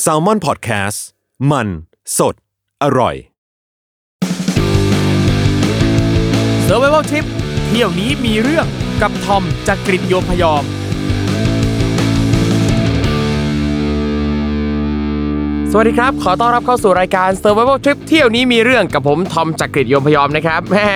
แซลมอนพอดแคสต์มันสดอร่อย s u r v i v a l Trip เที่ยวนี้มีเรื่องกับทอมจากกริฑโยมพยอม สวัสดีครับ ขอต้อนรับเข้าสู่รายการ Survival Trip เที่ยวนี้มีเรื่องกับผมทอมจากกริฑโยมพยอมนะครับ แม่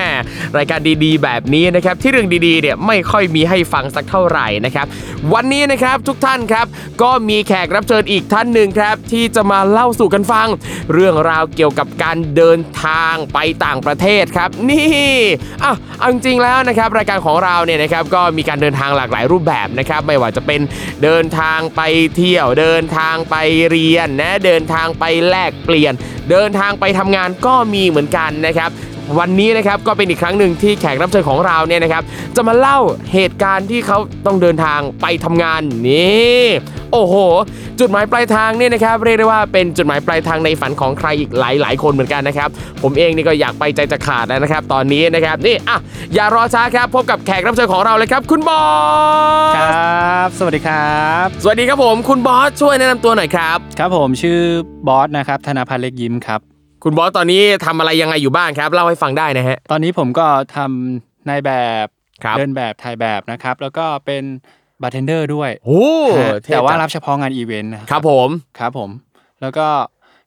รายการดีๆ แบบนี้นะครับ ที่เรื่องดีๆเนี่ยไม่ค่อยมีให้ฟังสักเท่าไหร่นะครับ วันนี้นะครับทุกท่านครับ ก็มีแขกรับเชิญอีกท่านหนึ่งครับ ที่จะมาเล่าสู่กันฟัง เรื่องราวเกี่ยวกับการเดินทางไปต่างประเทศครับ นี่อ่ะเอาจริงๆแล้วนะครับ รายการของเราเนี่ยนะครับก็มีการเดินทางหลากหลายรูปแบบนะครับ ไม่ว่าจะเป็นเดินทางไปเที่ยวเดินทางไปเรียนนะเดินทางไปแลกเปลี่ยน เดินทางไปทำงานก็มีเหมือนกันนะครับ วันนี้นะครับก็เป็นอีกครั้งหนึ่งที่แขกรับเชิญของเราเนี่ยนะครับ จะมาเล่าเหตุการณ์ที่เขาต้องเดินทางไปทำงานนี่โอ้โห จุดหมายปลายทางเนี่ยนะครับ เรียกได้ว่าเป็นจุดหมายปลายทางในฝันของใครอีกหลายหลายๆคนเหมือนกันนะครับ ผมเองนี่ก็อยากไปใจจะขาดแล้วนะครับ ตอนนี้นะครับนี่อ่ะอย่ารอช้าครับ พบกับแขกรับเชิญของเราเลยครับ คุณบอส ครับ สวัสดีครับ สวัสดีครับผมคุณบอสช่วยแนะนำตัวหน่อยครับ ครับผมชื่อบอสนะครับ ธนาพัฒน์เล็กยิ้มครับ คุณบอสตอนนี้ทำอะไรยังไงอยู่บ้างครับเล่าให้ฟังได้นะฮะ ตอนนี้ผมก็ทำนายแบบ ครับ เดินแบบถ่ายแบบนะครับ แล้วก็เป็นบาร์เทนเดอร์ด้วย โอ้ ฮะ เท่จัง แต่ว่ารับเฉพาะงานอีเวนต์นะครับ ผม ครับผม แล้วก็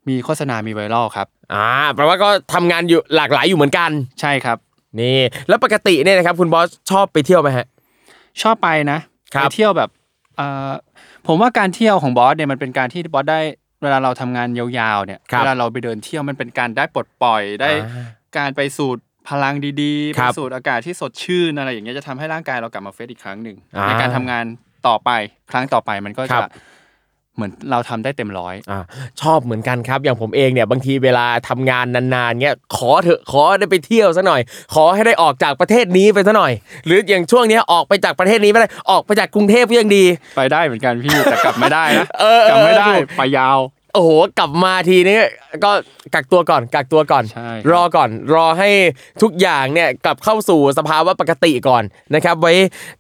มีโฆษณามีไวรัลครับ อ่าแปลว่าก็ทำงานอยู่หลากหลายอยู่เหมือนกัน ใช่ครับ นี่ แล้วปกติเนี่ยนะครับ คุณบอสชอบไปเที่ยวไหมฮะ ชอบไปนะครับไปเที่ยวแบบเอ่อผมว่าการเที่ยวของบอสเนี่ยมันเป็นการที่บอสได้เวลาเราทำงานยาวๆเนี่ย ครับ เวลาเราไปเดินเที่ยวมันเป็นการได้ปลดปล่อยได้ อ่า การไปสูดพลังดีคๆไป รับ สูดอากาศที่สดชื่นอะไรอย่างเงี้ยจะทำให้ร่างกายเรากลับมาเฟสอีกครั้งหนึ่ง อ่า ในการทำงานต่อไปครั้งต่อไปมันก็ ครั จะ บ เหมือนเราทำได้เต็มร้อย อ่าชอบเหมือนกันครับ อย่างผมเองเนี่ยบางทีเวลาทำงานนานๆเนี่ยขอเถอะขอได้ไปเที่ยวซะหน่อย ขอให้ได้ออกจากประเทศนี้ไปซะหน่อย หรืออย่างช่วงเนี้ยออกไปจากประเทศนี้ไม่ได้ออกไปจากกรุงเทพก็ยังดี ไปได้เหมือนกันพี่ แต่กลับไม่ได้นะ เออเออก ลับไม่ได้ ถูก ไปยาว โอ้โหกลับมาทีนี้ก็กักตัวก่อนกักตัวก่อน ใช่ รอก่อนรอให้ทุกอย่างเนี่ยกลับเข้าสู่สภาวะปกติก่อนนะครับไว้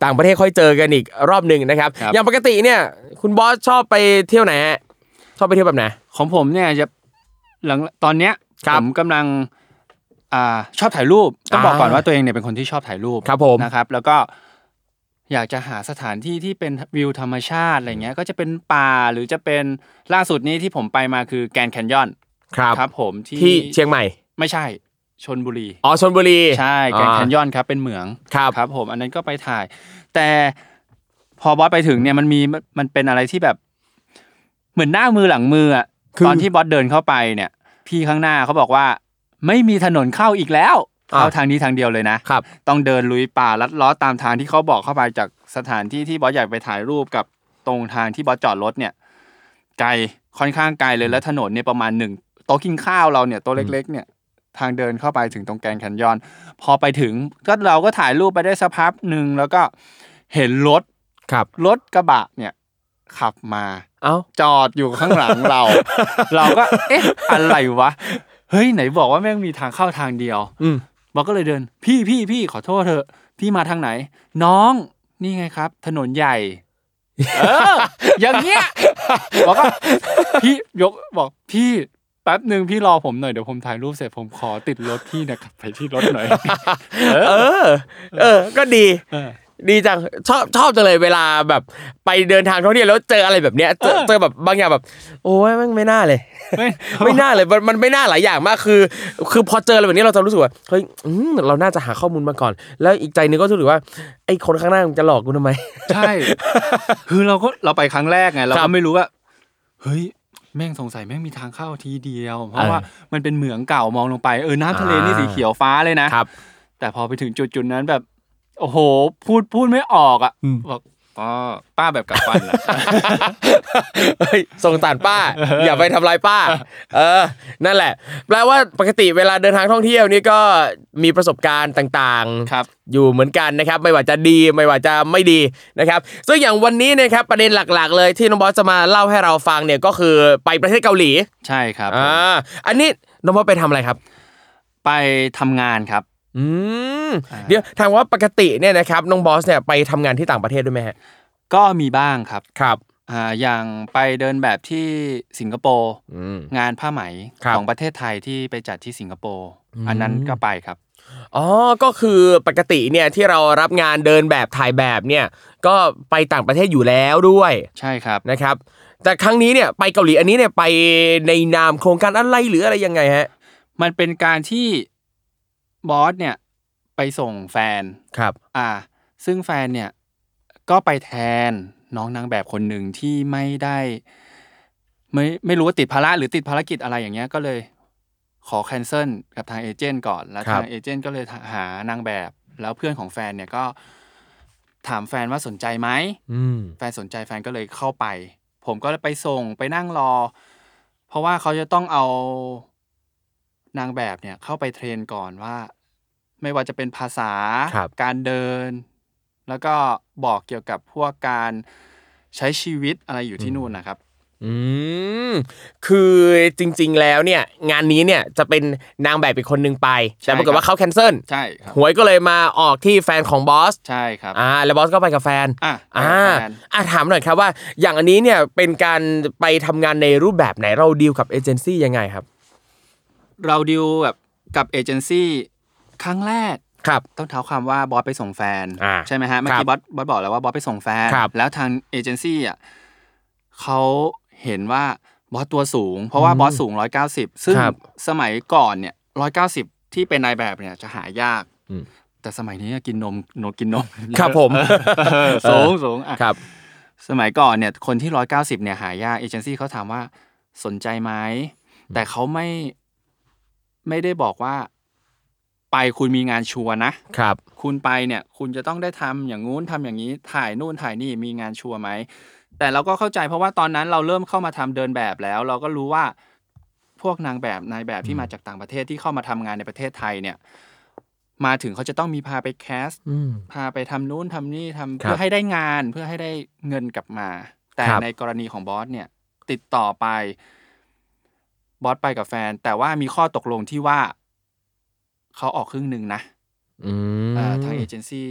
ต่างประเทศค่อยเจอกันอีกรอบหนึ่งนะครับ อย่างปกติเนี่ย คุณบอสชอบไปเที่ยวไหนฮะชอบไปเที่ยวแบบไหน ของผมเนี่ยจะหลังตอนเนี้ย ครั ผ บ มกำลังอ่าชอบถ่ายรูปต้องบอกก่อน อ่า ว่าตัวเองเนี่ยเป็นคนที่ชอบถ่ายรูป ครับผม นะครับ แล้วก็อยากจะหาสถานที่ที่เป็นวิวธรรมชาติอะไรเงี้ยก็จะเป็นป่าหรือจะเป็นล่าสุดนี้ที่ผมไปมาคือแกรนด์แคนยอน ครับ ครับผมที่ ที่เชียงใหม่ ไม่ใช่ชนบุรี อ๋อชลบุรี ใช่แกรนด์แคนา ยอนครับเป็นเหมือง ครับ ครับผมอันนั้นก็ไปถ่าย แต่พอบอสไปถึงเนี่ยมันมีมันมันเป็นอะไรที่แบบ เหมือนหน้ามือหลังมืออะ คือ ตอนที่บอสเดินเข้าไปเนี่ย พี่ข้างหน้าเขาบอกว่า ไม่มีถนนเข้าอีกแล้วเข้าทางนี้ทางเดียวเลยนะ ครับ ต้องเดินลุยป่าลัดเล้อตามทางที่เขาบอกเข้าไปจากสถานที่ที่บอสอยากไปถ่ายรูปกับตรงทางที่บอสจอดรถเนี่ย ไกลค่อนข้างไกลเลยแล้วถนนเนี่ยประมาณหนึ่งโต๊ะกินข้าวเราเนี่ยโต๊ะเล็ก ๆ เนี่ย ทางเดินเข้าไปถึงตรงแกรนด์แคนยอน พอไปถึงก็เราก็ถ่ายรูปไปได้สักพักหนึ่งแล้วก็เห็นรถ ครับ รถกระบะเนี่ย ขับมา เอ้า จอดอยู่ข้างหลัง เรา เราก็เอ๊ะอะไรวะ เฮ้ยไหนบอกว่าแม่งมีทางเข้าทางเดียว อืม บอกก็เลยเดิน พี่พี่พี่ขอโทษเถอะพี่มาทางไหน น้องนี่ไงครับ ถนนใหญ่ เออ อย่างเงี้ยบอกก็พี่ยกบอกพี่แป๊บหนึ่งพี่รอผมหน่อยเดี๋ยวผมถ่ายรูปเสร็จผมขอติดรถพี่เนะครับไปที่รถหน่อย เออ เออ ก็ดี เออ ดีจังชอบชอบจังเลยเวลาแบบไปเดินทางท่องเที่ยวแล้วเจออะไรแบบเนี้ยเจอเจอแบบบางอย่างแบบ โอ้ยแม่งไม่น่าเลย ไม่ ไม่น่าเลยมันมันไม่น่าหลายอย่างมากคือ คือพอเจออะไรแบบนี้เราจะรู้สึกว่าเฮ้ยอืมเราน่าจะหาข้อมูลมาก่อน แล้วอีกใจนึงก็รู้สึกว่าไอ้คนข้างหน้ามันจะหลอกกูทำไม ใช่ คือเราก็เราไปครั้งแรกไงเรา ครั ก็ บ ไม่รู้ว่าเฮ้ยแม่งสงสัยแม่งมีทางเข้าทีเดียว เพราะว่ามันเป็นเหมืองเก่ามองลงไปเออน้ำทะเลนี่ อ่า สีเขียวฟ้าเลยนะ ครับ แต่พอไปถึงจุดจุดๆนั้นแบบ โอ้โห พูดพูดไม่ออกอ่ะ อืม บอก ก็ป้าแบบกับฟันล่ะ เฮ้ยส่งสารป้า อย่าไปทำลาย ป้า เออ นั่นแหละ แปลว่าปกติเวลาเดินทางท่องเที่ยวนี่ก็มีประสบการณ์ต่างๆ ครับ อยู่เหมือนกันนะครับ ไม่ว่าจะดีไม่ว่าจะไม่ดีนะครับ ซึ่งอย่างวันนี้นะครับประเด็นหลักๆ เลยที่น้องบอสจะมาเล่าให้เราฟังเนี่ยก็คือไปประเทศเกาหลี ใช่ครับ อ่าอันนี้น้องบอสไปทำอะไรครับ ไปทำงานครับ อืมเดี๋ยวทางว่าปกติเนี่ยนะครับน้องบอสเนี่ยไปทำงานที่ต่างประเทศด้วยไหมฮะ ก็มีบ้างครับ ครับ อ่าอย่างไปเดินแบบที่สิงคโปร์ อืม งานผ้าไหม ครับ ของประเทศไทยที่ไปจัดที่สิงคโปร์ อืม อันนั้นก็ไปครับ อ๋อ ก็คือปกติเนี่ยที่เรารับงานเดินแบบถ่ายแบบเนี่ยก็ไปต่างประเทศอยู่แล้วด้วย ใช่ครับ นะครับ แต่ครั้งนี้เนี่ยไปเกาหลีอันนี้เนี่ยไปในนามโครงการอะไรหรืออะไรยังไงฮะ มันเป็นการที่บอสเนี่ยไปส่งแฟน ครับ อ่า ซึ่งแฟนเนี่ยก็ไปแทนน้องนางแบบคนหนึ่งที่ไม่ได้ ไม่ไม่รู้ว่าติดภาระหรือติดภารกิจอะไรอย่างเงี้ยก็เลย ขอแคนเซิลกับทางเอเจนต์ก่อน แล้ว ครับ ทางเอเจนต์ก็เลยหานางแบบ แล้วเพื่อนของแฟนเนี่ยก็ถามแฟนว่าสนใจไหม อืม แฟนสนใจแฟนก็เลยเข้าไป ผมก็ไปส่งไปนั่งรอ เพราะว่าเขาจะต้องเอานางแบบเนี่ยเข้าไปเทรนก่อนว่า ไม่ว่าจะเป็นภาษา ครับ การเดิน แล้วก็บอกเกี่ยวกับพวกการใช้ชีวิตอะไรอยู่ที่นู่นนะครับ อืมคือจริง ๆแล้วเนี่ยงานนี้เนี่ยจะเป็นนางแบบอีกคนนึงไป ใช่ แต่ปรากฏ ครับ ว่าเขาแคนเซิล ใช่ครับ หวยก็เลยมาออกที่แฟนของบอส ใช่ครับ อ่าแล้วบอสก็ไปกับแฟน อ่ะ อ่า แฟน อ่าถามหน่อยครับว่า อย่างอันนี้เนี่ยเป็นการไปทำงานในรูปแบบไหนเราดีลกับเอเจนซี่ยังไงครับ เราดิวแบบกับเอเจนซี่ครั้งแรก ครับ ต้องเท้าความว่าบอสไปส่งแฟน อ่า ใช่ไหมฮะเมื่อ ครับ กี้บอสบอสบอกแล้วว่าบอสไปส่งแฟน ครับ แล้วทางเอเจนซี่อ่ะเขาเห็นว่าบอสตัวสูง เพราะว่าบอสสูง 190 ซึ่ง ครับ สมัยก่อนเนี่ย190 ที่เป็นนายแบบเนี่ยจะหายาก อืม แต่สมัยนี้กินนมนกินนม ครับผม เออ สูงสูงอ่ะ ครับ สมัยก่อนเนี่ยคนที่ 190เนี่ยหายากเอเจนซี่เขาถามว่าสนใจไหมแต่เขาไม่ไม่ได้บอกว่า ไปคุณมีงานชัวร์นะ ครับ คุณไปเนี่ยคุณจะต้องได้ทำอย่างงู้นทำอย่างนี้ถ่ายนู่นถ่ายนี่มีงานชัวร์ไหม แต่เราก็เข้าใจเพราะว่าตอนนั้นเราเริ่มเข้ามาทำเดินแบบแล้ว เราก็รู้ว่าพวกนางแบบนายแบบที่มาจากต่างประเทศที่เข้ามาทำงานในประเทศไทยเนี่ย มาถึงเขาจะต้องมีพาไปแคสต์ อืม พาไปทำนู่นทำนี่ทำ ครับ เพื่อให้ได้งานเพื่อให้ได้เงินกลับมา แต่ ครับ ในกรณีของบอสเนี่ย ติดต่อไปบอสไปกับแฟน แต่ว่ามีข้อตกลงที่ว่าเขาออกครึ่งหนึ่งนะ อืม เอ่อทางเอเจนซี่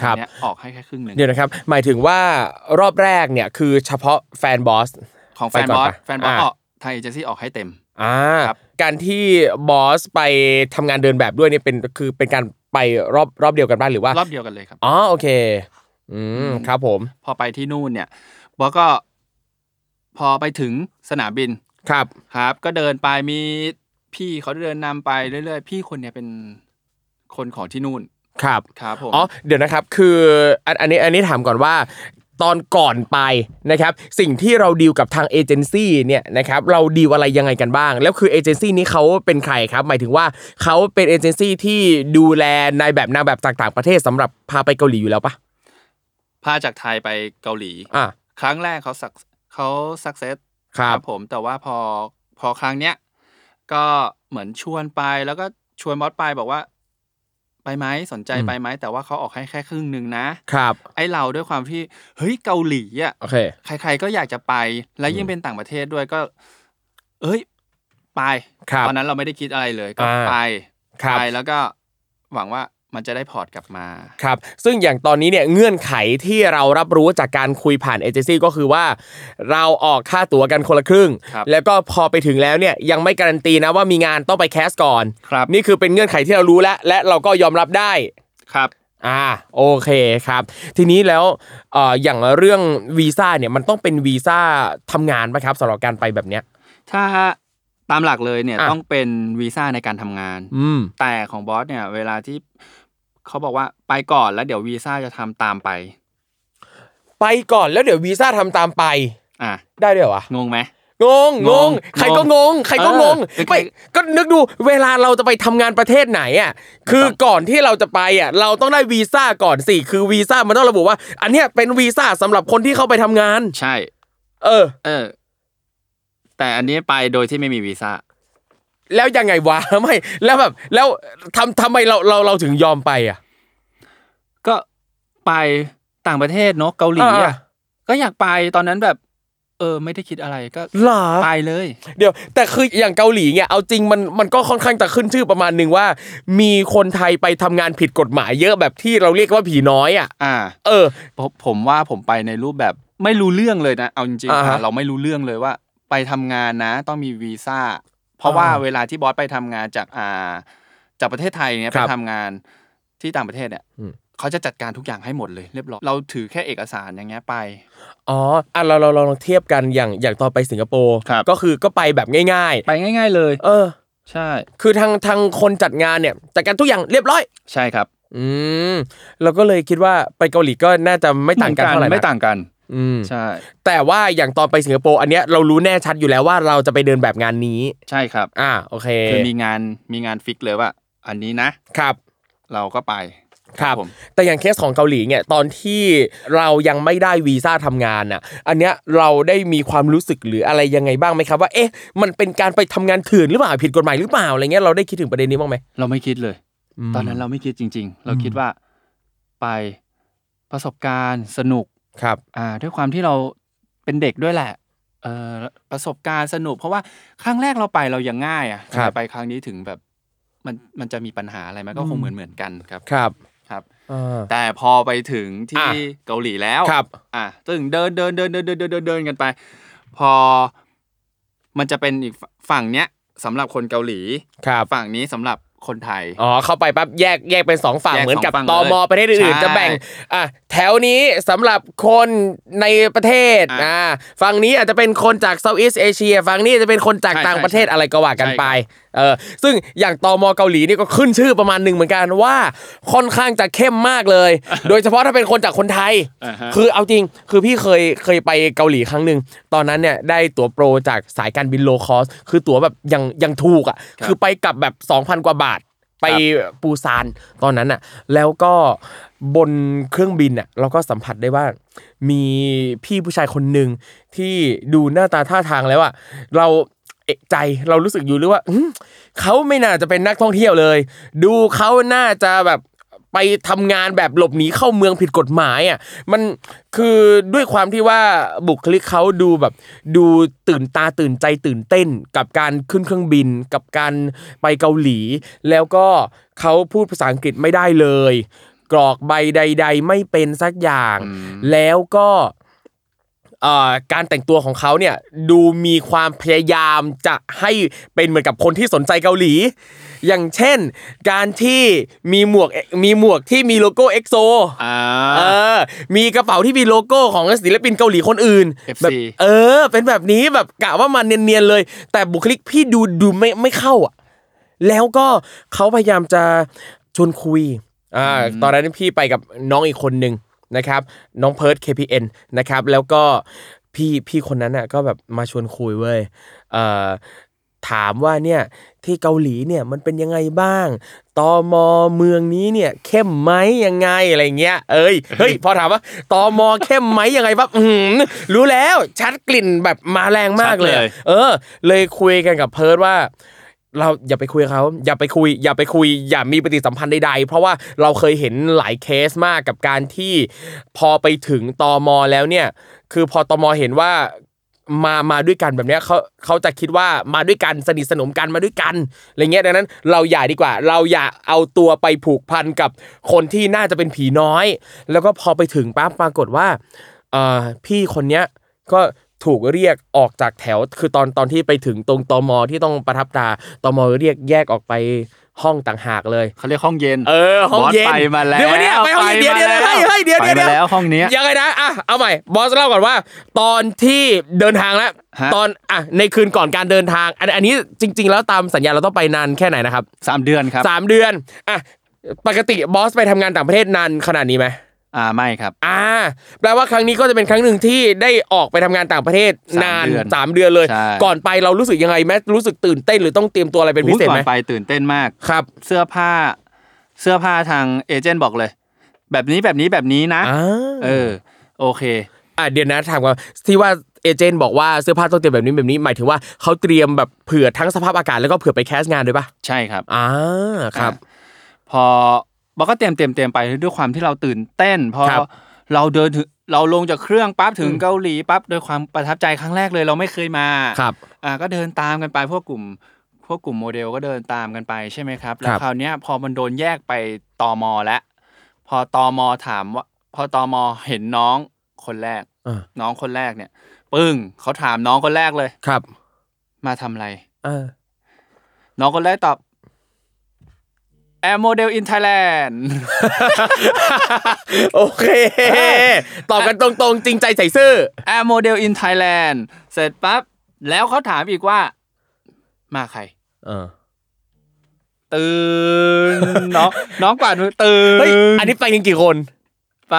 ครับ เนี้ยออกให้แค่ครึ่งหนึ่ง เดี๋ยวนะครับ หมายถึงว่ารอบแรกเนี่ยคือเฉพาะแฟนบอส ของแฟ ไป น ก่อน บอส ปะ แฟนบอส อ่า ออกทางเอเจนซี่ออกให้เต็ม อ่า ครับ การที่บอสไปทำงานเดินแบบด้วยเนี่ยเป็นคือเป็นการไปรอบรอบเดียวกันบ้างหรือว่าร อบเดียวกันเลยครับ อ๋อโอเค อืมครับผม พอไปที่นู่นเนี่ยบอสก็พอไปถึงสนามบิน ครับ ครับ ก็เดินไปมีพี่เขาเดินนำไปเรื่อยๆ พี่คนเนี้ยเป็นคนของที่นู่น ครับ ครับผม อ๋อเดี๋ยวนะครับคืออันอันนี้อันนี้ถามก่อนว่า ตอนก่อนไปนะครับ สิ่งที่เราดีลกับทางเอเจนซี่เนี่ยนะครับเราดีลอะไรยังไงกันบ้าง แล้วคือเอเจนซี่นี้เขาเป็นใครครับ หมายถึงว่าเขาเป็นเอเจนซี่ที่ดูแลนายแบบนางแบบจากต่างประเทศสำหรับพาไปเกาหลีอยู่แล้วปะ พาจากไทยไปเกาหลี อ่ะ ครั้งแรกเขาสักเขาสักเซส ครับ ผมแต่ว่าพอพอครั้งเนี้ยก็เหมือนชวนไปแล้วก็ชวนบอสไปบอกว่า ไปไหมสนใจไปไหมแต่ว่าเขาออกให้แค่ครึ่งหนึ่งนะครับ ไอเราด้วยความที่เฮ้ยเกาหลีอ่ะ โอเค ใคร ๆ ก็อยากจะไปและยิ่งเป็นต่างประเทศด้วยก็ เอ้ย ไป ครับ ตอนนั้นเราไม่ได้คิดอะไรเลยก็ อ่า ไป ครับ ไปแล้วก็หวังว่ามันจะได้พอร์ตกลับมา ครับซึ่งอย่างตอนนี้เนี่ยเงื่อนไขที่เรารับรู้จากการคุยผ่านเอเจนซี่ก็คือว่า เราออกค่าตั๋วกันคนละครึ่ง ครับ แล้วก็พอไปถึงแล้วเนี่ยยังไม่การันตีนะว่ามีงานต้องไปแคสก่อน ครับ นี่คือเป็นเงื่อนไขที่เรารู้แล้วและเราก็ยอมรับได้ ครับ อ่าโอเคครับ ทีนี้แล้วเอ่ออย่างเรื่องวีซ่าเนี่ยมันต้องเป็นวีซ่าทำงานปะครับสำหรับการไปแบบเนี้ย ถ้าตามหลักเลยเนี่ย อ่ะ ต้องเป็นวีซ่าในการทำงาน อืม แต่ของบอสเนี่ย เวลาที่เขาบอกว่าไปก่อนแล้วเดี๋ยววีซ่าจะทำตามไป ไปก่อนแล้วเดี๋ยววีซ่าทำตามไป อ่ะ ได้ด้วยเหรอวะ งงไหม งงงง ใครก็งง ใครก็งง เออ ไม่ก็นึกดูเวลาเราจะไปทำงานประเทศไหนอ่ะคือก่อนที่เราจะไปอ่ะเราต้องได้วีซ่าก่อนสิคือวีซ่ามันต้องระบุว่า อันเนี้ยเป็นวีซ่าสำหรับคนที่เข้าไปทำงาน ใช่ เออ เออ แต่อันนี้ไปโดยที่ไม่มีวีซ่า แล้วยังไงวะ ไม่แล้วแบบแล้วทำทำไมเราเราเราถึงยอมไปอ่ะ ก็ไปต่างประเทศเนาะเกาหลีอ่ะก็อยากไปตอนนั้นแบบ เออ ไม่ได้คิดอะไรก็ หรอ ไปเลย เดี๋ยวแต่คืออย่างเกาหลีเนี่ยเอาจริงมันมันก็ค่อนข้างจะขึ้นชื่อประมาณหนึ่งว่า มีคนไทยไปทำงานผิดกฎหมายเยอะแบบที่เราเรียกว่าผีน้อยอ่ะ อ่า เออ ผมผมว่าผมไปในรูปแบบไม่รู้เรื่องเลยนะเอาจริง อ่า ๆ ฮะ อ่ะเราไม่รู้เรื่องเลยว่า ไปทำงานนะ ต้องมีวีซ่า เพราะว่า อ่า เวลาที่บอสไปทำงานจากอ่า จากประเทศไทยเนี่ย ค ไป รับ ทำงานที่ต่างประเทศเนี่ย อืม เขาจะจัดการทุกอย่างให้หมดเลยเรียบร้อยเราถือแค่เอกสารอย่างเงี้ยไป อ๋ออ่ะเราเราเราลองเทียบกันอย่างอย่างตอนไปสิงคโปร์ ครับ ก็คือก็ไปแบบง่าย ไปง่าย ๆเลย ๆ เออ ใช่ คือทางทางคนจัดงานเนี่ยจัดการทุกอย่างเรียบร้อย ใช่ครับ อืมเราก็เลยคิดว่าไปเกาหลีก็น่าจะไม่ต่างกันเท่าไหร่นะ ไม่ต่างกัน อืม ใช่ แต่ว่าอย่างตอนไปสิงคโปร์อันเนี้ยเรารู้แน่ชัดอยู่แล้วว่าเราจะไปเดินแบบงานนี้ ใช่ครับ อ่าโอเค คือมีงานมีงานฟิกเลยว่า อันนี้นะครับ เราก็ไป ครับ ผม แต่อย่างเคสของเกาหลีเนี่ยตอนที่เรายังไม่ได้วีซ่าทำงานน่ะ อันเนี้ยเราได้มีความรู้สึกหรืออะไรยังไงบ้างไหมครับว่าเอ๊ะมันเป็นการไปทำงานเถื่อนหรือเปล่าผิดกฎหมายหรือเปล่าอะไรเงี้ยเราได้คิดถึงประเด็นนี้บ้างไหม เราไม่คิดเลย ม ตอนนั้นเราไม่คิดจริง ๆ เรา อืม คิดว่าไปประสบการณ์สนุก ครับ อ่าด้วยความที่เราเป็นเด็กด้วยแหละเออประสบการณ์สนุก เพราะว่าครั้งแรกเราไปเรายังง่ายอ่ะแต่ไปครั้งนี้ถึงแบบมันมันจะมีปัญหาอะไรไหมก็คงเหมือนเหมือนๆกันครับ ครับ ครับ อ่า แต่พอไปถึงที่ อ่ะ เกาหลีแล้ว ครับ อ่ะตึงเดินเดินเดินเดินเดินเดินเดินเดินกันไป พอมันจะเป็นอีกฝั่งเนี้ยสำหรับคนเกาหลี ครับ ฝั่งนี้สำหรับคนไทย อ๋อเข้าไปปั๊บแยกแยกเป็นสองฝั่ง แยก เหมือนกับ สองฝั่ง ตม เลย ประเทศอื่น ใช่ ๆจะแบ่งอ่ะแถวนี้สำหรับคนในประเทศ อ่ะ อ่าฝั่งนี้อาจจะเป็นคนจากเซาท์อีสเอเชียฝั่งนี้อาจจะเป็นคนจาก ใช่ ต่าง ใช่ ประเทศ ใช่ อะไรก็ว่ากัน ใช่ครับ ไปเออซึ่งอย่างตมเกาหลีนี่ก็ขึ้นชื่อประมาณหนึ่งเหมือนกันว่าค่อนข้างจะเข้มมากเลย โดยเฉพาะถ้าเป็นคนจากคนไทย คือเอาจริง คือพี่เคยเคยไปเกาหลีครั้งหนึ่ง ตอนนั้นเนี่ยได้ตั๋วโปรจากสายการบินโลคอส คือตั๋วแบบยังยังถูกอ่ะ ครับ คือไปกลับแบบ 2,000 กว่าบาท ไปปูซานตอนนั้นอ่ะ แล้วก็บนเครื่องบินอ่ะเราก็สัมผัสได้ว่า มีพี่ผู้ชายคนหนึ่งที่ดูหน้าตาท่าทางแล้วอ่ะ เราเอกใจเรารู้สึกอยู่หรือว่าอื้อเขาไม่น่าจะเป็นนักท่องเที่ยวเลย ดูเขาน่าจะแบบ ไปทำงานแบบหลบหนีเข้าเมืองผิดกฎหมายอ่ะมันคือด้วยความที่ว่าบุคลิกเขาดูแบบ ดูตื่นตาตื่นใจตื่นเต้น กับการขึ้นเครื่องบิน กับการไปเกาหลี แล้วก็เขาพูดภาษาอังกฤษไม่ได้เลย กรอกใบใด ๆ ไม่เป็นสักอย่าง อืม แล้วก็เอ่อการแต่งตัวของเขาเนี่ยดูมีความพยายามจะให้เป็นเหมือนกับคนที่สนใจเกาหลี อย่างเช่น การที่มีหมวกมีหมวกที่มีโลโก้เอ็กโซ อ่า เออ มีกระเป๋าที่มีโลโก้ของศิลปินเกาหลีคนอื่น FC แบบเออ เป็นแบบนี้แบบกะว่ามันเนียนๆเลย แต่บุคลิกพี่ดูดูไม่ไม่เข้าอ่ะ แล้วก็เขาพยายามจะชวนคุย อ่า ตอนนั้นพี่ไปกับน้องอีกคนหนึ่งนะครับ น้องเพิร์ด KPN นะครับ แล้วก็พี่พี่คนนั้นน่ะก็แบบมาชวนคุยเว้ยเอ่อถามว่าเนี่ยที่เกาหลีเนี่ยมันเป็นยังไงบ้างตอมเมืองนี้เนี่ยเข้มไหมยังไงอะไรเงี้ย เอ้ย เฮ้ย พอถามว่าตอมเข้มไหมยังไงปั๊บอื้อหือรู้แล้วชัดกลิ่นแบบมาแรงมากเลย ชัดเลย เออ เลยคุยกันกับเพิร์ดว่า เราอย่าไปคุยกับเขาอย่าไปคุย อย่าไปคุย อย่ามีปฏิสัมพันธ์ใดๆ เพราะว่าเราเคยเห็นหลายเคสมากกับการที่พอไปถึงตมแล้วเนี่ย คือพอตมเห็นว่ามามาด้วยกันแบบเนี้ยเขาเขาจะคิดว่ามาด้วยกันสนิทสนมกันมาด้วยกันอะไรเงี้ยดังนั้น เราอย่าดีกว่า เราอย่าเอาตัวไปผูกพันกับคนที่น่าจะเป็นผีน้อย แล้วก็พอไปถึงปั๊บปรากฏว่าเอ่อพี่คนเนี้ยก็ถูกเรียกออกจากแถว คือตอนตอนที่ไปถึงตรงตมที่ต้องประทับตาตมเรียกแยกออกไปห้องต่างหากเลย เขาเรียกห้องเย็น เออห้องเย็น บอสไปมาแล้ว เดี๋ยวเนี่ยไปห้องเย็นเดี๋ยวเดี๋ยวเดี๋ยว ไปมา เฮ้ย แล้ว เฮ้ยเดี๋ยวเดี๋ยว ไปมา เดี๋ยว แล้วห้องเนี้ย ยังไงนะอ่ะเอาใหม่บอสเล่าก่อนว่า ตอนที่เดินทางแล้ว ฮะ ตอนอ่ะในคืนก่อนการเดินทางอันอันนี้จริง ๆ แล้วตามสัญญาเราต้องไปนานแค่ไหนนะครับ สามเดือนครับ สามเดือนอ่ะปกติบอสไปทำงานต่างประเทศนานขนาดนี้ไหม อ่าไม่ครับ อ่า แปลว่าครั้งนี้ก็จะเป็นครั้งหนึ่งที่ได้ออกไปทำงานต่างประเทศ สาม นาน เดือน สามเดือนเลย ใช่ ก่อนไปเรารู้สึกยังไงแม้รู้สึกตื่นเต้นหรือต้องเตรียมตัวอะไรเป็นพิเศษ โอ้ยก่อ ไหม นไปตื่นเต้นมาก ครับ เสื้อผ้าเสื้อผ้าทางเอเจนต์บอกเลย แบบนี้แบบนี้แบบนี้นะ อ่า เออ โอเค อ่ะเดี๋ยวนะถามก่อนที่ว่าเอเจนต์บอกว่าเสื้อผ้าต้องเตรียมแบบนี้แบบนี้หมายถึงว่าเขาเตรียมแบบเผื่อทั้งสภาพอากาศแล้วก็เผื่อไปแคสต์งานด้วยป่ะ ใช่ครับ อ่าครับ พอบอกก็เตรียมเตรียมเตรียมไปด้วยความที่เราตื่นเต้นพอ ครับ เราเดินถึงเราลงจากเครื่องปั๊บถึง อืม เกาหลีปั๊บโดวยความประทับใจครั้งแรกเลยเราไม่เคยมา ครับ อ่าก็เดินตามกันไปพวกกลุ่ม พวกกลุ่มโมเดลก็เดินตามกันไปใช่ไหมครับแล้ว ครับ คราวเนี้ยพอมันโดนแยกไปตอมอแล้วพอตอมอถามว่า พอตอมอเห็นน้องคนแรก อ่า น้องคนแรกเนี่ย ปึ้งเขาถามน้องคนแรกเลย ครับ มาทำอะไร อ่า น้องคนแรกตอบแอร์โมเดลอินไทยแลน ด์ โอเค เออ ตอบกันตรงๆ จริงใจใส่ซื่อ แอร์โมเดลอินไทยแลนด์เสร็จปั๊บ แล้วเขาถามอีกว่า มาใคร อ่า ตื่น น้องน้องกวาดมือตื่น เฮ้ยอันนี้ไปกันกี่คน ไป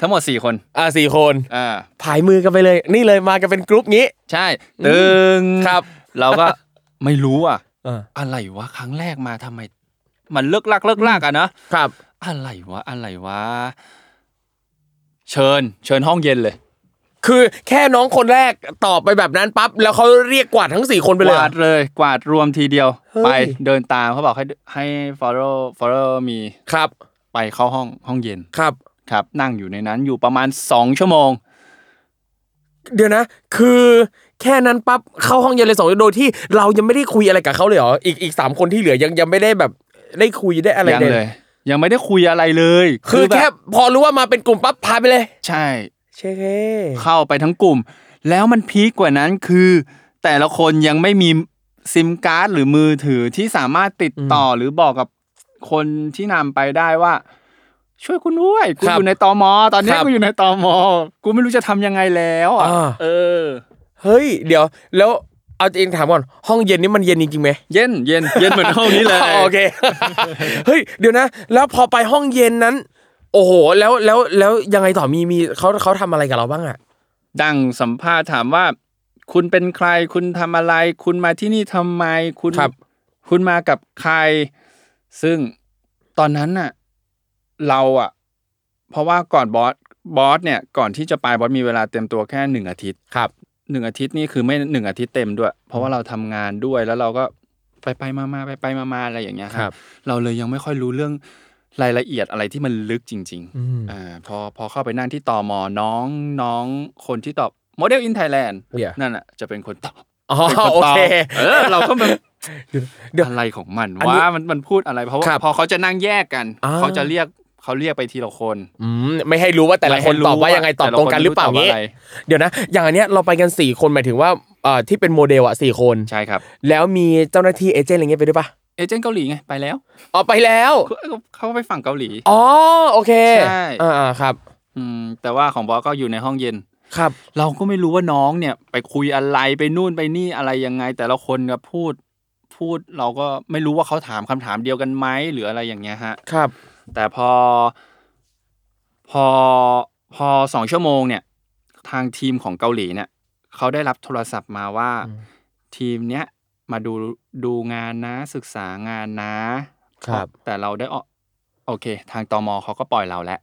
ทั้งหมดสี่คน อ่าสี่คน อ่า ผายมือกันไปเลย นี่เลยมากันเป็นกรุ๊ปงี้ ใช่ตื่น ครับ เราก็ ไม่รู้อ่ะ อ่า อะไรวะ ครั้งแรกมาทำไม มันเลิกลักเลิกลากอะเนอะ ครับ อะไรวะ อะไรวะ เชิญ เชิญห้องเย็นเลย คือแค่น้องคนแรกตอบไปแบบนั้นปั๊บแล้วเขาเรียกกวาดทั้งสี่คนไป ก เลยเหร วา อ ดเลย กวาดรวมทีเดียว เฮ้ย ไปเดินตามเขาบอกให้ให้ follow follow มี ครับ ไปเข้าห้องห้องเย็น ครับ ครับ นั่งอยู่ในนั้นอยู่ประมาณสองชั่วโมง เดี๋ยวนะ คือแค่นั้นปั๊บเข้าห้องเย็นเลยสองโดยที่เรายังไม่ได้คุยอะไรกับเขาเลยเหรอ อีกอีกสามคนที่เหลือยังยังไม่ได้แบบได้คุยได้อะไร ยัง เล เลย ย ยังไม่ได้คุยอะไรเลย คือแค่ บบ พอรู้ว่ามาเป็นกลุ่มปั๊บพาไปเลย ใช่ เช่เค เข้าไปทั้งกลุ่ม แล้วมันพีคกว่านั้นคือ แต่ละคนยังไม่มีซิมการ์ดหรือมือถือที่สามารถติดต่ออหรือบอกกับคนที่นำไปได้ว่า ช่วยกูด้วยกูอยู่ในตอมอ ตอนเนี้ยกูอยู่ในตอมอ กูไม่รู้จะทำยังไงแล้วอ่ะ อ่า เออ เฮ้ย เดี๋ยว แล้วเอาจริงถามก่อน ห้องเย็นนี่มันเย็นจริงๆไหม เย็นเย็นเย็นเหมือนห้องนี้เลย อ๋อโอเค เฮ้ย เดี๋ยวนะ แล้วพอไปห้องเย็นนั้น โอ้โห แล้วแล้วแล้วยังไงต่อมีมีเขาเขาทำอะไรกับเราบ้างอะ ดังสัมภาษณ์ถามว่า คุณเป็นใครคุณทำอะไร คุณมาที่นี่ทำไมคุณ ครับ คุณมากับใคร ซึ่งตอนนั้นน่ะ เราอ่ะ เพราะว่าก่อนบอสบอสเนี่ย ก่อนที่จะไปบอสมีเวลาเต็มตัวแค่หนึ่งอาทิตย์ ครับ หนึ่งอาทิตย์นี่คือไม่หนึ่งอาทิตย์เต็มด้วย เพราะว่าเราทำงานด้วยแล้วเราก็ไปไปมามาไปไปมามาอะไรอย่างเงี้ย ครับ เราเลยยังไม่ค่อยรู้เรื่องรายละเอียดอะไรที่มันลึกจริง ๆ อืม อ่าพอพอเข้าไปนั่งที่ตอมอน้องน้องคนที่ตอบโมเดลอินไทยแลนด์ เดี๋ยว นั่นอ่ะจะเป็นคนตอบ อ๋อ ป็นน โอ ตบ เค เออเราก็แบบ เดี๋ยว อะไรของมัน อันนี้ ว่ามันมันพูดอะไรเพราะว่า ครับ พอเขาจะนั่งแยกกัน อ่า เขาจะเรียกเขาเรียกไปทีละคน อืมไม่ให้รู้ว่าแต่ละคนตอบว่ายังไงตอบตรงกันหรือเปล่า แต่ะค งี้ ไม่ะไ เดี๋ยวนะ อย่างอันเนี้ยเราไปกัน 4 คนหมายถึงว่าเอ่อที่เป็นโมเดลอะสี่คน ใช่ครับ แล้วมีเจ้าหน้าที่เอเจนต์อะไรเงี้ยไปด้วยปะ เอเจนต์เกาหลีไงไปแล้ว อ๋อไปแล้ว เขาเขาไปฝั่งเกาหลี อ๋อ โอเค ใช่ อ่าๆครับ อืมแต่ว่าของบอสก็อยู่ในห้องเย็น ครับ เราก็ไม่รู้ว่าน้องเนี่ย ไปคุยอะไรไปนู่นไปนี่อะไรยังไง แต่ละคนก็พูดพูดเราก็ไม่รู้ว่าเขาถามคำถามเดียวกันไหมหรืออะไรอย่างเงี้ยฮะ ครับ แต่พอ พอพอสองชั่วโมงเนี่ย ทางทีมของเกาหลีเนี่ยเขาได้รับโทรศัพท์มาว่า อืม ทีมเนี้ยมาดูดูงานนะศึกษางานนะครับ แต่เราได้ออกโอเค ทางตมเขาก็ปล่อยเราแล้ว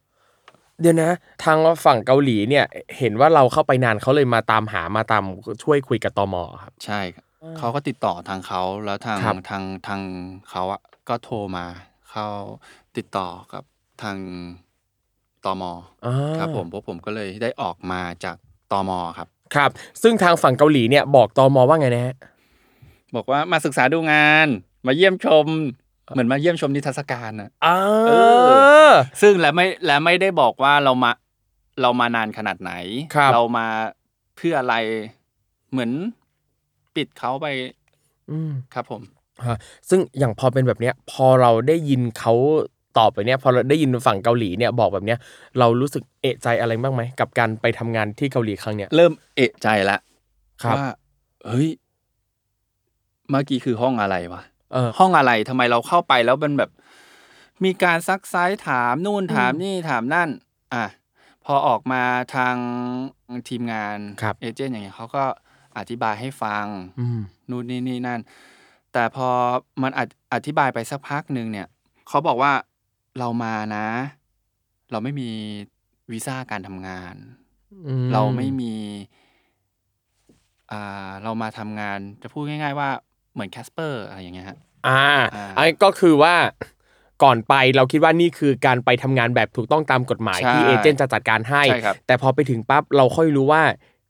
เดี๋ยวนะ ทางฝั่งเกาหลีเนี่ย เห็นว่าเราเข้าไปนานเขาเลยมาตามหามาตามช่วยคุยกับตมครับ ใช่ครับเขาก็ติดต่อทางเขาแล้วทาง ครับ ทางทางเขาอะก็โทรมาเขาติดต่อกับทางตม อ่า ครับผมพวกผมก็เลยได้ออกมาจากตมครับ ครับ ซึ่งทางฝั่งเกาหลีเนี่ยบอกตมว่าไงนะฮะ บอกว่ามาศึกษาดูงาน มาเยี่ยมชม เหมือนมาเยี่ยมชมนิทรรศการนะ อ่า เอ ซึ่งและไม่และไม่ได้บอกว่าเรามาเรามานานขนาดไหน ครับ เรามาเพื่ออะไรเหมือนปิดเขาไป อืม ครับผม ฮะซึ่งอย่างพอเป็นแบบเนี้ยพอเราได้ยินเขาตอบแบบเนี้ยพอเราได้ยินฝั่งเกาหลีเนี่ยบอกแบบเนี้ยเรารู้สึกเอะใจอะไรบ้างไหมกับการไปทำงานที่เกาหลีครั้งเนี้ย เริ่มเอะใจละ ครับ ว่าเฮ้ย เมื่อกี้คือห้องอะไรวะ เออ ห้องอะไรทำไมเราเข้าไปแล้วมันแบบ มีการซักไซ้ถามนู่นถามนี่ถามนั่น อ่ะพอออกมาทางทีมงาน ครับ เอเจนต์อย่างเงี้ยเขาก็อธิบายให้ฟัง อืม นู่นนี่นี่นั่น แต่พอมันอธิอธิบายไปสักพักหนึ่งเนี่ย เขาบอกว่าเรามานะ เราไม่มีวีซ่าการทำงาน เราไม่มีอ่าเรามาทำงานจะพูดง่าย ๆ ว่าเหมือนแคสเปอร์อะไรอย่างเงี้ยฮะ อ่า อ่า อันก็คือว่าก่อนไปเราคิดว่านี่คือการไปทำงานแบบถูกต้องตามกฎหมาย ใช่ ที่เอเจนต์จะจัดการให้ ใช่ครับ แต่พอไปถึงปั๊บเราค่อยรู้ว่า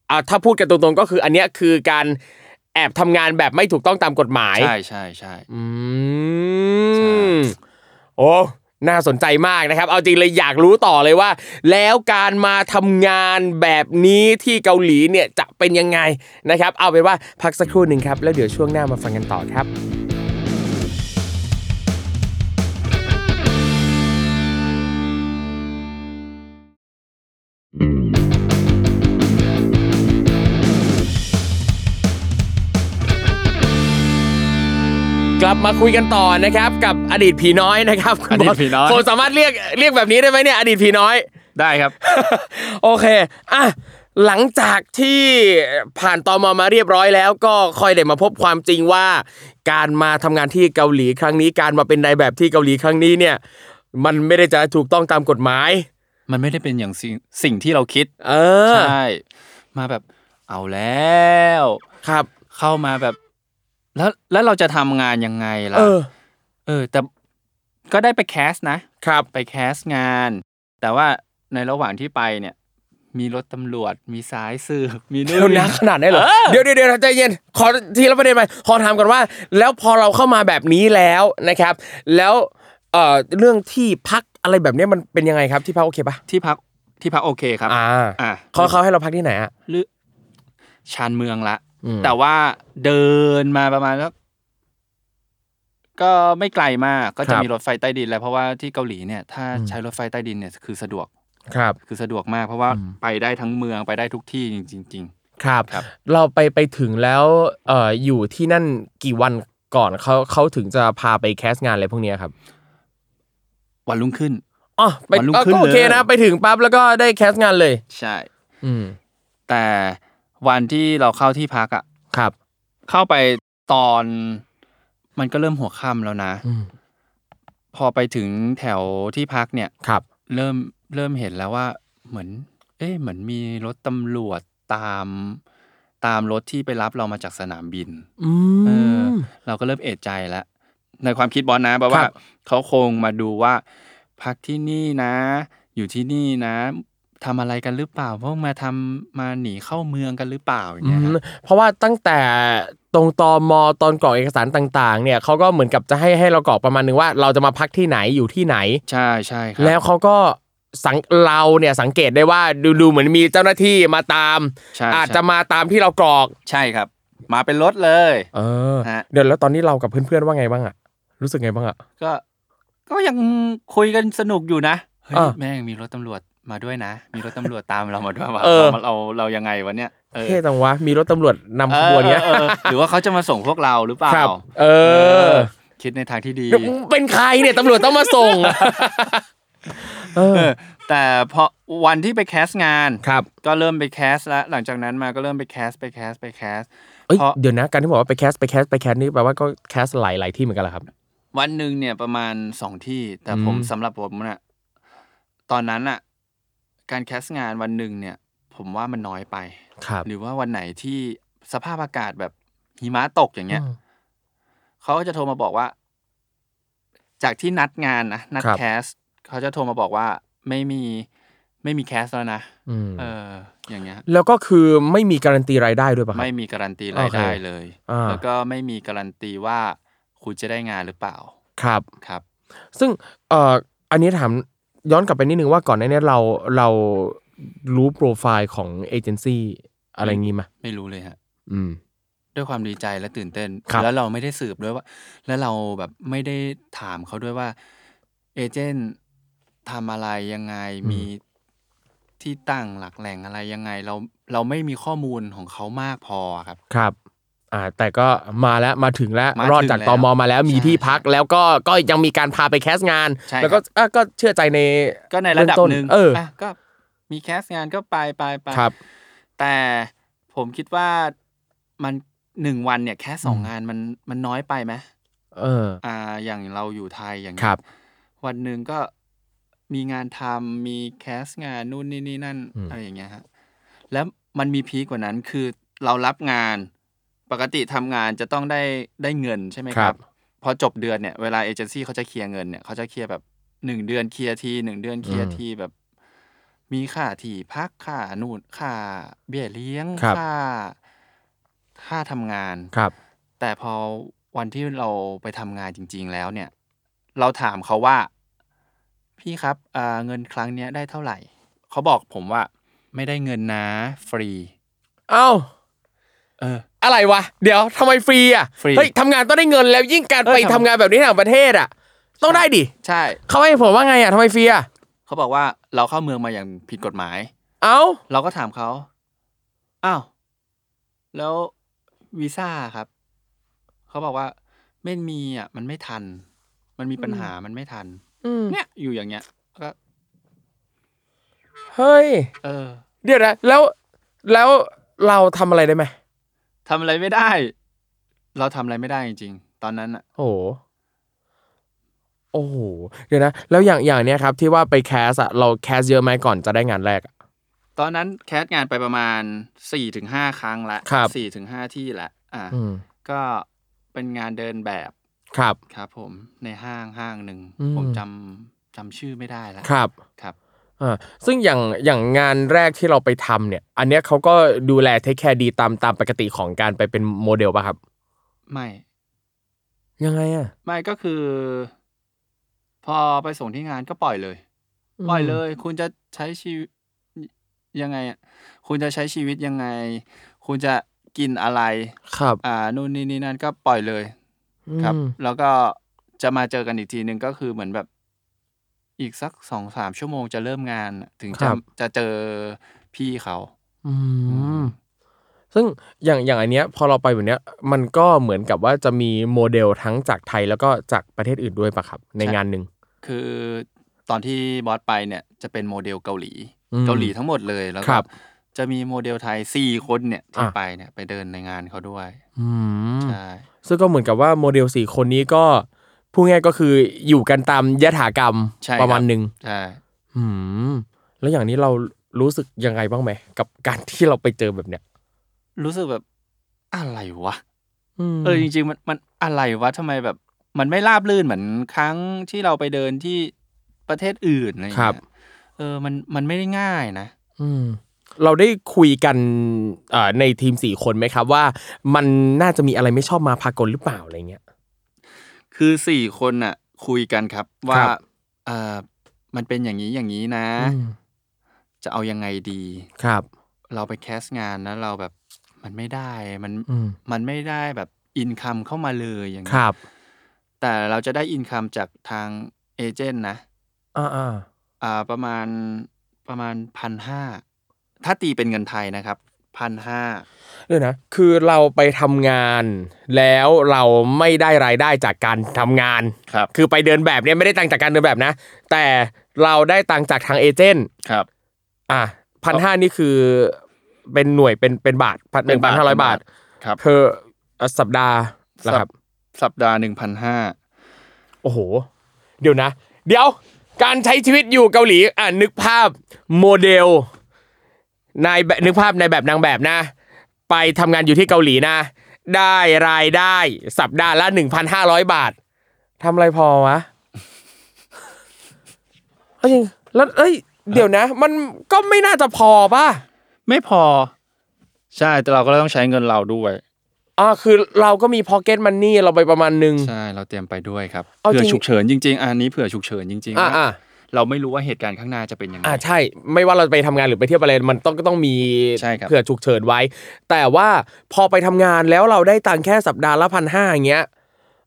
อ่าถ้าพูดกันตรงๆก็คืออันเนี้ยคือการแอบทำงานแบบไม่ถูกต้องตามกฎหมาย ใช่ใช่ใช่ อื ใช่ มโอ้ น่าสนใจมากนะครับ เอาจริงเลยอยากรู้ต่อเลยว่า แล้วการมาทำงานแบบนี้ที่เกาหลีเนี่ยจะเป็นยังไงนะครับ เอาเป็นว่าพักสักครู่หนึ่งครับ แล้วเดี๋ยวช่วงหน้ามาฟังกันต่อครับ กลับมาคุยกันต่อนะครับ กับอดีตผีน้อยนะครับคุณบ อดีตผีน้อย ผมสามารถเรียกเรียกแบบนี้ได้ไหมเนี่ยอดีตผีน้อย ได้ครับ โอเค อ่ะ หลังจากที่ผ่านตอมมาเรียบร้อยแล้วก็ค่อยได้มาพบความจริงว่า การมาทำงานที่เกาหลีครั้งนี้ การมาเป็นนายแบบที่เกาหลีครั้งนี้เนี่ย มันไม่ได้จะถูกต้องตามกฎหมาย มันไม่ได้เป็นอย่างสิ่งสิ่งที่เราคิด เออ ใช่ มาแบบเอาแล้ว ครับ เข้ามาแบบ แล้วแล้วเราจะทำงานยังไงล่ะ เออ เออ แต่ก็ได้ไปแคสนะ ครับ ไปแคสงาน แต่ว่าในระหว่างที่ไปเนี่ย มีรถตำรวจ มีสายสืบมีนู่ เดี๋ยวน นะขนาดนั้นเหรอ เออ เดี๋ยวเดี๋ยวเดี๋ยวใจเย็นขอทีละประเด็นไปขอถามก่อนว่า แล้วพอเราเข้ามาแบบนี้แล้วนะครับ แล้วเอ่อเรื่องที่พักอะไรแบบเนี้ยมันเป็นยังไงครับที่พักโอเคปะ ที่พักที่พักโอเคครับ อ่า อ่ะ เขาเขาให้เราพักที่ไหนอ่ะ หรือชานเมืองละ อืม แต่ว่าเดินมาประมาณแล้วก็ไม่ไกลมาก ก็จะมีรถไฟใต้ดินแล้วเพราะว่าที่เกาหลีเนี่ย ถ้าใช้รถไฟใต้ดินเนี่ยคือสะดวก ครับ คือสะดวกมากเพราะว่าไปได้ทั้งเมืองไปได้ทุกที่จริง ครับ ครับ เราไปไปถึงแล้วเอ่ออยู่ที่นั่นกี่วันก่อนเขาเขาถึงจะพาไปแคสงานอะไรพวกเนี้ยครับ ๆ วันรุ่งขึ้น อ๋อไป วันรุ่ง เอ่อ ขึ้น ก็โอเค เลย นะ ไปถึงปั๊บแล้วก็ได้แคสงานเลย ใช่ อืม แต่วันที่เราเข้าที่พักอ่ะ ครับ เข้าไปตอนมันก็เริ่มหัวค่ำแล้วนะ อืม พอไปถึงแถวที่พักเนี่ย ครับ เริ่มเริ่มเห็นแล้วว่าเหมือน เอ๊ะเหมือนมีรถตำรวจตามตามรถที่ไปรับเรามาจากสนามบิน อื เออ ม เราก็เริ่มเอะใจแล้ว ในความคิดบอสนะแปลว่า ครับ เขาคงมาดูว่า พักที่นี่นะ อยู่ที่นี่นะทำอะไรกันหรือเปล่าพวกมาทำมาหนีเข้าเมืองกันหรือเปล่าอย่าง อื เงี้มยครับ เพราะว่าตั้งแต่ตรงตอมตอนกรอกเอกสารต่าง ๆ เนี่ยเขาก็เหมือนกับจะให้ให้เรากรอกประมาณนึงว่า เราจะมาพักที่ไหนอยู่ที่ไหน ใช่ใช่ครั แล้วเขาก็สังเราเนี่ยสังเกตได้ว่าดูดูเหมือนมีเจ้าหน้าที่มาตาม ใช่ อาจ ใช่ จะมาตามที่เรากรอก ใช่ครับ มาเป็นรถเลย เออ ฮะ เดี๋ยวแล้วตอนนี้เรากับเพื่อนๆว่าไงบ้างอะรู้สึกไงบ้างอะ ก็ ก็ยังคุยกันสนุกอยู่นะเฮ้ย อ่า แม่งมีรถตำรวจมาด้วยนะ มีรถตำรวจตามเรามาด้วยว่า เออ เราเราเรายังไงวะเนี่ยเออ เท่จังวะมีรถตำรวจนำขบวนเนี้ย เออเออเออหรือว่าเขาจะมาส่งพวกเราหรือเปล่า ครับ เออ คิดในทางที่ดี เป็นใครเนี่ยตำรวจต้องมาส่ง เอ เอ อ อ แต่พอวันที่ไปแคสงาน ครับ ก็เริ่มไปแคสแล้วหลังจากนั้นมาก็เริ่มไปแคสไปแคสไปแคส เอ้ย เพราะ เดี๋ยวนะการที่บอกว่าไปแคสไปแคสไปแคสนี่แปลว่าก็แคสหลายหลายที่เหมือนกันเหรอครับ วันหนึ่งเนี่ยประมาณสองที่ แต่ผม อืม สำหรับผมน่ะตอนนั้นน่ะ การแคสงานวันหนึ่งเนี่ย ผมว่ามันน้อยไป ครับ หรือว่าวันไหนที่สภาพอากาศแบบหิมะตกอย่างเงี้ย อืม เขาก็จะโทรมาบอกว่า จากที่นัดงานนะนัด ครับ แคสเขาจะโทรมาบอกว่าไม่มีไม่มีแคสแล้วนะ อืม เออ อย่างเงี้ย แล้วก็คือไม่มีการันตีรายได้ด้วยป่ะครับ ไม่มีการันตีรายได้ โอเค เลย อ่า แล้วก็ไม่มีการันตีว่าคุณจะได้งานหรือเปล่า ครับ ครับ ซึ่งเอ่ออันนี้ถามย้อนกลับไปนิดนึงว่าก่อนหน้านี้เราเรารู้โปรไฟล์ของเอเจนซี่อะไรงี้มา ไม่รู้เลยฮะ อืม ด้วยความดีใจและตื่นเต้น ครับ แล้วเราไม่ได้สืบด้วยว่า แล้วเราแบบไม่ได้ถามเขาด้วยว่า เอเจนต์ทำอะไรยังไงมีที่ตั้งหลักแหล่งอะไรยังไง เราเราไม่มีข้อมูลของเขามากพอครับ ครับ อ่าแต่ก็มาแล้วมาถึงแล้ว มาถึง รอดจาก แล้ว ตมมาแล้วมี ใช่ ที่พักแล้วก็ก็ยังมีการพาไปแคสต์งาน ใช่ แล้วก็ ครับ อ่ะก็เชื่อใจใน ก็ในระดับหนึ่ง เออ ะก็มีแคสต์งานก็ไปไปไป ครับ แต่ผมคิดว่ามันหนึ่งวันเนี่ยแค่สอง อืม งานมันมันน้อยไปไหม เออ อ่า อย่างเราอยู่ไทยอย่างเงี้ย ครับ วันหนึ่งก็มีงานทำมีแคสต์งานนู่นนี่นี่นั่น อืม อะไรอย่างเงี้ยฮะแล้วมันมีพีคกว่านั้นคือเรารับงานปกติทำงานจะต้องได้ได้เงินใช่ไหมครับ พอจบเดือนเนี่ยเวลาเอเจนซี่เขาจะเคลียร์เงินเนี่ยเขาจะเคลียร์แบบหนึ่งเดือนเคลียร์ทีหนึ่งเดือนเคลียร์ทีแบบ มีค่าที่พักค่านู่นค่า เบี้ยเลี้ยง ครับ ค่า ค่าทำงาน ครับ แต่พอวันที่เราไปทำงานจริง ๆ แล้วเนี่ย เราถามเขาว่า พี่ครับเอ่อเงินครั้งเนี้ยได้เท่าไหร่ เขาบอกผมว่า ไม่ได้เงินนะ ฟรี เอ้า เออ อะไรวะ เดี๋ยวทำไมฟรีอ่ะ ฟรี เฮ้ยทำงานต้องได้เงินแล้วยิ่งการ เออ ไป ทำ ทำงานแบบนี้ในต่างประเทศอ่ะ ต้องได้ดิ ใช่ เขาให้ผมว่าไงอ่ะทำไมฟรีอ่ะ เขาบอกว่าเราเข้าเมืองมาอย่างผิดกฎหมาย เอ้า เราก็ถามเขา อ้าว แล้ววีซ่าครับ เขาบอกว่าไม่มีอ่ะ มันไม่ทัน มันมีปัญหา มันไม่ทัน อืม เนี่ย อยู่อย่างเงี้ย ก็ เฮ้ย เออ เดี๋ยวนะ แล้ว แล้วเราทำอะไรได้ไหม ทำอะไรไม่ได้ เราทำอะไรไม่ได้จริงๆ ตอนนั้นอ่ะ โอ้โห โอ้โห เดี๋ยวนะ แล้วอย่าง อย่างเนี้ยครับที่ว่าไปแคสอะเราแคสเยอะไหมก่อนจะได้งานแรกอะ ตอนนั้นแคสงานไปประมาณสี่ถึงห้าครั้งละ ครับ สี่ถึงห้าที่ละ อ่า อืม ก็เป็นงานเดินแบบ ครับ ครับ ผม ในห้างห้างหนึ่ง อืม ผมจำจำชื่อไม่ได้ละ ครับ ครับ อ่าซึ่งอย่างอย่างงานแรกที่เราไปทำเนี่ย อันเนี้ยเขาก็ดูแลเทคแคร์ดีตามตามปกติของการไปเป็นโมเดลป่ะครับ ไม่ ยังไงอ่ะ ไม่ก็คือ พอไปส่งที่งานก็ปล่อยเลย ปล่อยเลย คุณจะใช้ชีวิตยังไงอะคุณจะใช้ชีวิตยังไง คุณจะกินอะไร ครับ อ่านู่นนี่นี่นั่นก็ปล่อยเลย ครับ อืม แล้วก็จะมาเจอกันอีกทีหนึ่งก็คือเหมือนแบบ อีกสักสองสามชั่วโมงจะเริ่มงานถึงจะจะเจอพี่เขา อืมซึ่งอย่างอย่างอันเนี้ยพอเราไปแบบเนี้ย มันก็เหมือนกับว่าจะมีโมเดลทั้งจากไทยแล้วก็จากประเทศอื่นด้วยป่ะครับ ใน ใช่ งานหนึ่ง คือตอนที่บอสไปเนี่ยจะเป็นโมเดลเกาหลี อืม เกาหลีทั้งหมดเลยแล้ว ค ก็ รับ จะมีโมเดลไทยสี่คนเนี่ยที่ อ่ะ ไปเนี่ยไปเดินในงานเขาด้วย อืม ใช่ ซึ่งก็เหมือนกับว่าโมเดลสี่คนนี้ก็พูดง่ายก็คืออยู่กันตามยถากรรม ใช่ ประมาณ คบ หนึ่ง ใช่ อืมแล้วอย่างนี้เรารู้สึกยังไงบ้างไหมกับการที่เราไปเจอแบบเนี้ย รู้สึกแบบอะไรวะ ม เออจริงๆมันมันอะไรวะทำไมแบบ มันไม่ราบรื่นเหมือนครั้งที่เราไปเดินที่ประเทศอื่นอะไรอย่าง ครั เงี้ บ ยเออมันมันไม่ได้ง่ายนะ อืมเราได้คุยกันเอ่อในทีมสี่คนไหมครับ ว่ามันน่าจะมีอะไรไม่ชอบมาพากลหรือเปล่าอะไรเงี้ย คือสี่คนน่ะ คุยกันครับคว่ารับ เออมันเป็นอย่างนี้อย่างนี้นะ อืม จะเอายังไงดี ครับ เราไปแคสต์งานแล้วเราแบบมันไม่ได้มัน อืม มันไม่ได้แบบอินคัมเข้ามาเลยอย่าง ค เงี้ย รับ แต่เราจะได้อินคัมจากทางเอเจนต์นะ อ่าอ่า อ่าประมาณประมาณพันห้าถ้าตีเป็นเงินไทยนะครับพันห้า เดี๋ยวนะคือเราไปทำงานแล้วเราไม่ได้รายได้จากการทำงาน ครับ คือไปเดินแบบเนี่ยไม่ได้ตังค์จากการเดินแบบนะ แต่เราได้ตังค์จากทางเอเจนต์ ครับ อ่ะพันห้านี่คือเป็นหน่วยเป็นเป็นบาทพันห เป็ นึ่ น งพั บาน ท ห้าร้อย เป็น บา บา ท ทครับ เพออสัปดาห์ละครับ สัปดาห์หนึ่งพันห้า โอ้โห เดี๋ยวนะ เดี๋ยวการใช้ชีวิตอยู่เกาหลีอ่ะนึกภาพโมเดลนายแบบนึกภาพในายแบบนางแบบนะ ไปทำงานอยู่ที่เกาหลีนะ ได้รายได้สัปดาห์ละ 1,500 บาททำอะไรพอวะเอ้ยแล้วเอ้ยเดี๋ยวนะ มันก็ไม่น่าจะพอป่ะ ไม่พอ ใช่แต่เราก็ต้องใช้เงินเราด้วย อ่าคือเราก็มีพ็อกเก็ตมันนี่เราไปประมาณหนึ่ง ใช่เราเตรียมไปด้วยครับ เอาจริง เผื่อฉุกเฉินจริง ๆ อันนี้เผื่อฉุกเฉินจริงๆ อ่า ว่า อ่า เราไม่รู้ว่าเหตุการณ์ข้างหน้าจะเป็นยังไง อ่าใช่ ไม่ว่าเราจะไปทำงานหรือไปเที่ยวอะไรมันต้องก็ต้องมี ใช่ครับ เผื่อฉุกเฉินไว้ แต่ว่าพอไปทำงานแล้วเราได้ตังค์แค่สัปดาห์ละพันห้าอย่างเงี้ย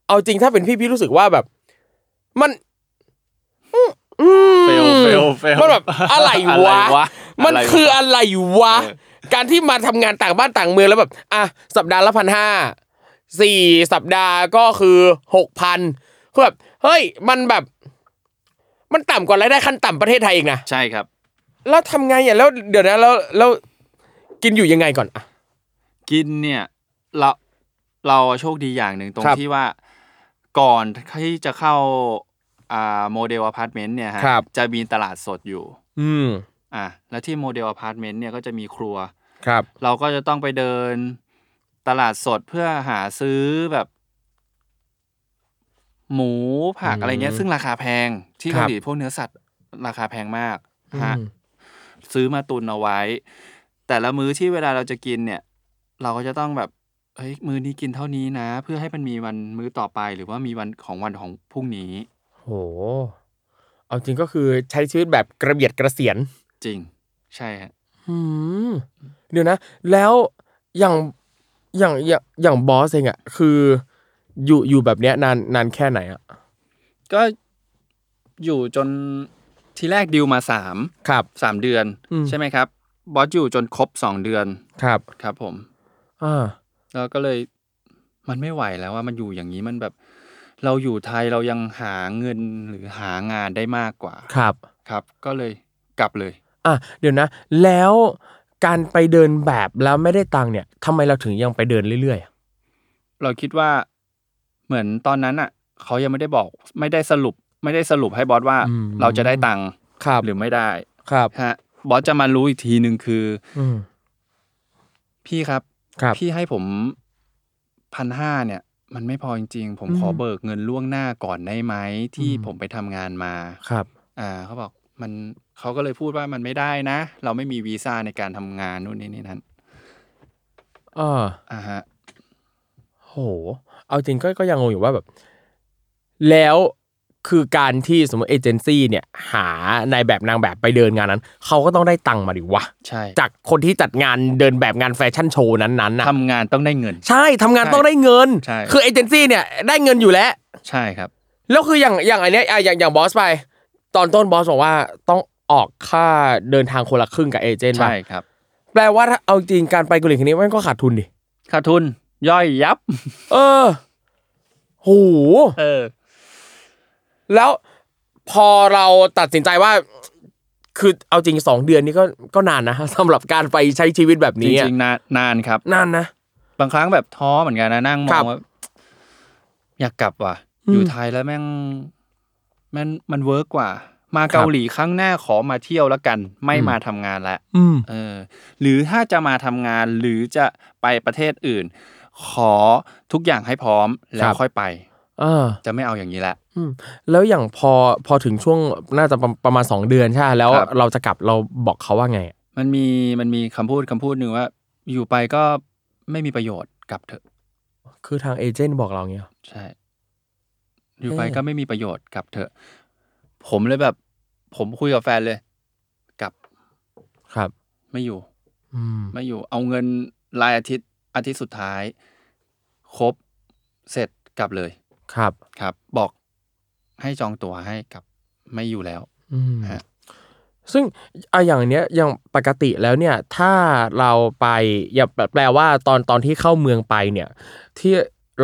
เอาจริงถ้าเป็นพี่พี่รู้สึกว่าแบบ มันอืม เฟลเฟลเฟล มันแบบอะไร อะไร วะ วะ มัน ไรวะ คืออะไรวะ เออ การที่มาทำงานต่างบ้านต่างเมืองแล้วแบบอ่ะสัปดาห์ละพันห้าสี่สัปดาห์ก็คือหกพันคือแบบเฮ้ยมันแบบ มันต่ำกว่ารายได้ขั้นต่ำประเทศไทยอีกนะ ใช่ครับ แล้วทำไงอ่ะแล้วเดี๋ยวนะแล้วแล้วกินอยู่ยังไงก่อนอ่ะ กินเนี่ยเราเราโชคดีอย่างหนึ่งตรง ครับ ที่ว่าก่อนที่จะเข้าอ่าโมเดลอพาร์ตเมนต์เนี่ยฮะ ครับ จะมีตลาดสดอยู่ อืม อ่ะแล้วที่โมเดลอพาร์ตเมนต์เนี่ยก็จะมีครัว ครับ เราก็จะต้องไปเดินตลาดสดเพื่อหาซื้อแบบ หมูผัก อืม อะไรเงี้ย ซึ่งราคาแพงที่ ครั เกา บ หลีพวกเนื้อสัตว์ราคาแพงมากฮะ อืม ซื้อมาตุนเอาไว้ แต่ละมื้อที่เวลาเราจะกินเนี่ย เราก็จะต้องแบบเฮ้ยมื้อนี้กินเท่านี้นะ เพื่อให้มันมีวันมื้อต่อไป หรือว่ามีวันของวันของพรุ่งนี้ โห เอาจริงก็คือใช้ชีวิตแบบกระเบียดกระเสียน จริง ใช่ฮะ อืม เดี๋ยวนะ แล้วอย่างอย่างอย่างอย่างบอสเองอะคืออยู่อยู่แบบเนี้ยนานนานแค่ไหนอะ ก็อยู่จนทีแรกดิวมาสาม ครับ สามเดือน อืม ใช่ไหมครับ บอสอยู่จนครบสองเดือน ครับ ครับผม อ่า แล้วก็เลยมันไม่ไหวแล้วว่ามันอยู่อย่างนี้มันแบบ เราอยู่ไทยเรายังหาเงินหรือหางานได้มากกว่า ครับ ครับ ก็เลยกลับเลย อ่ะเดี๋ยวนะ แล้วการไปเดินแบบแล้วไม่ได้ตังค์เนี่ยทำไมเราถึงยังไปเดินเรื่อยๆอะ เราคิดว่าเหมือนตอนนั้นอ่ะเขายังไม่ได้บอกไม่ได้สรุป ไม่ได้สรุปให้บอสว่าเราจะได้ตังค์ ครับ หรือไม่ได้ ครับ ฮะบอสจะมารู้อีกทีหนึ่งคือ อืม พี่ครับ ครับ พี่ให้ผมพันห้าเนี่ย มันไม่พอจริง ๆ ผม อืม ขอเบิกเงินล่วงหน้าก่อนได้ไหมที่ อืม ผมไปทำงานมา ครับ อ่าเขาบอกมันเขาก็เลยพูดว่ามันไม่ได้นะ เราไม่มีวีซ่าในการทำงานนู่นนี่นี่นั่น อ่า อ่าฮะ โห เอาจริงก็ก็ยังงงอยู่ว่าแบบ แล้วคือการที่สมมติเอเจนซี่เนี่ย หานายแบบนางแบบไปเดินงานนั้น เขาก็ต้องได้ตังค์มาดิวะ ใช่ จากคนที่จัดงานเดินแบบงานแฟชั่นโชว์นั้นๆนะ ทำงานต้องได้เงิน ใช่ทำงานต้องได้เงิน ใช่ คือเอเจนซี่เนี่ย ได้เงินอยู่แล้ว ใช่ครับ แล้วคืออย่างอย่างอันเนี้ยอ่ะอย่างอย่างบอสไป ตอนต้นบอสบอกว่าต้องออกค่าเดินทางคนละครึ่งกับเอเจนต์ไป ใช่ครับ แปลว่าถ้าเอาจริงการไปเกาหลีครั้งนี้มันก็ขาดทุนดิ ขาดทุนย่อยยับ เออโห เออ แล้วพอเราตัดสินใจว่า คือเอาจริงสองเดือนนี้ก็ก็นานนะ สำหรับการไปใช้ชีวิตแบบ จ นี้อะ ริงๆนานนานครับ นานนะ บางครั้งแบบท้อเหมือนกันนะนั่งม ครั อง บ ว่าอยากกลับว่ะ อืม อยู่ไทยแล้วแม่งแมันมันเวิร์กกว่า มา ครั เกา บ หลีครั้งหน้าขอมาเที่ยวแล้วกัน ไม่ อืม มาทำงานละ อืม เออ หรือถ้าจะมาทำงานหรือจะไปประเทศอื่น ขอทุกอย่างให้พร้อมแล้ว ครับ ค่อยไป อ่า จะไม่เอาอย่างนี้ละ แล้วอย่างพอพอถึงช่วงน่าจะประประมาณสองเดือนใช่ไหมแล้ว ครับ เราจะกลับเราบอกเขาว่าไงอะ มันมีมันมีคำพูดคำพูดหนึ่งว่า อยู่ไปก็ไม่มีประโยชน์กลับเถอะ คือทางเอเจนต์บอกเราเงี้ย ใช่ อยู่ไป เออ ก็ไม่มีประโยชน์กลับเถอะ ผมเลยแบบ ผมคุยกับแฟนเลย กลับ ครับ ไม่อยู่ อืม ไม่อยู่ เอาเงินรายอาทิตย์อาทิตย์สุดท้าย ครบเสร็จกลับเลย ครับ ครับ บอกให้จองตั๋วให้กลับไม่อยู่แล้ว อืม ฮะ ซึ่งอะอย่างเนี้ยอย่างปกติแล้วเนี่ย ถ้าเราไปอย่าแปลว่าตอนตอนที่เข้าเมืองไปเนี่ย ที่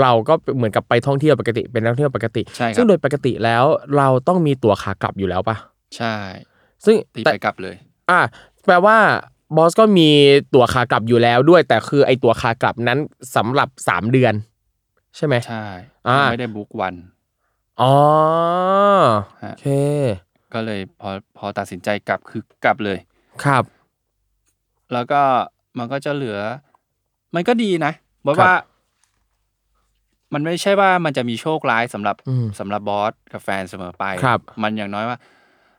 เราก็เหมือนกับไปท่องเที่ยวปกติเป็นนักท่องเที่ยวปกติ ใช่ครั ซึ่ บ งโดยปกติแล้วเราต้องมีตั๋วขากลับอยู่แล้วปะ ใช่ ซึ่ง ตี แต่ ไปกลับเลย อ่ะแปลว่าบอสก็มีตั๋วขากลับอยู่แล้วด้วย แต่คือไอ้ตั๋วขากลับนั้นสำหรับสามเดือน ใช่ไหม ใช่ อ่า ไม่ได้บุ๊กวัน อ๋อ ฮะ โอเค ก็เลยพอพอตัดสินใจกลับคือกลับเลย ครับ แล้วก็มันก็จะเหลือ มันก็ดีนะบอคสรับ ว่า มันไม่ใช่ว่ามันจะมีโชคร้ายสำหรับ อืม สำหรับบอสกับแฟนเสมอไป ครับ มันอย่างน้อยว่า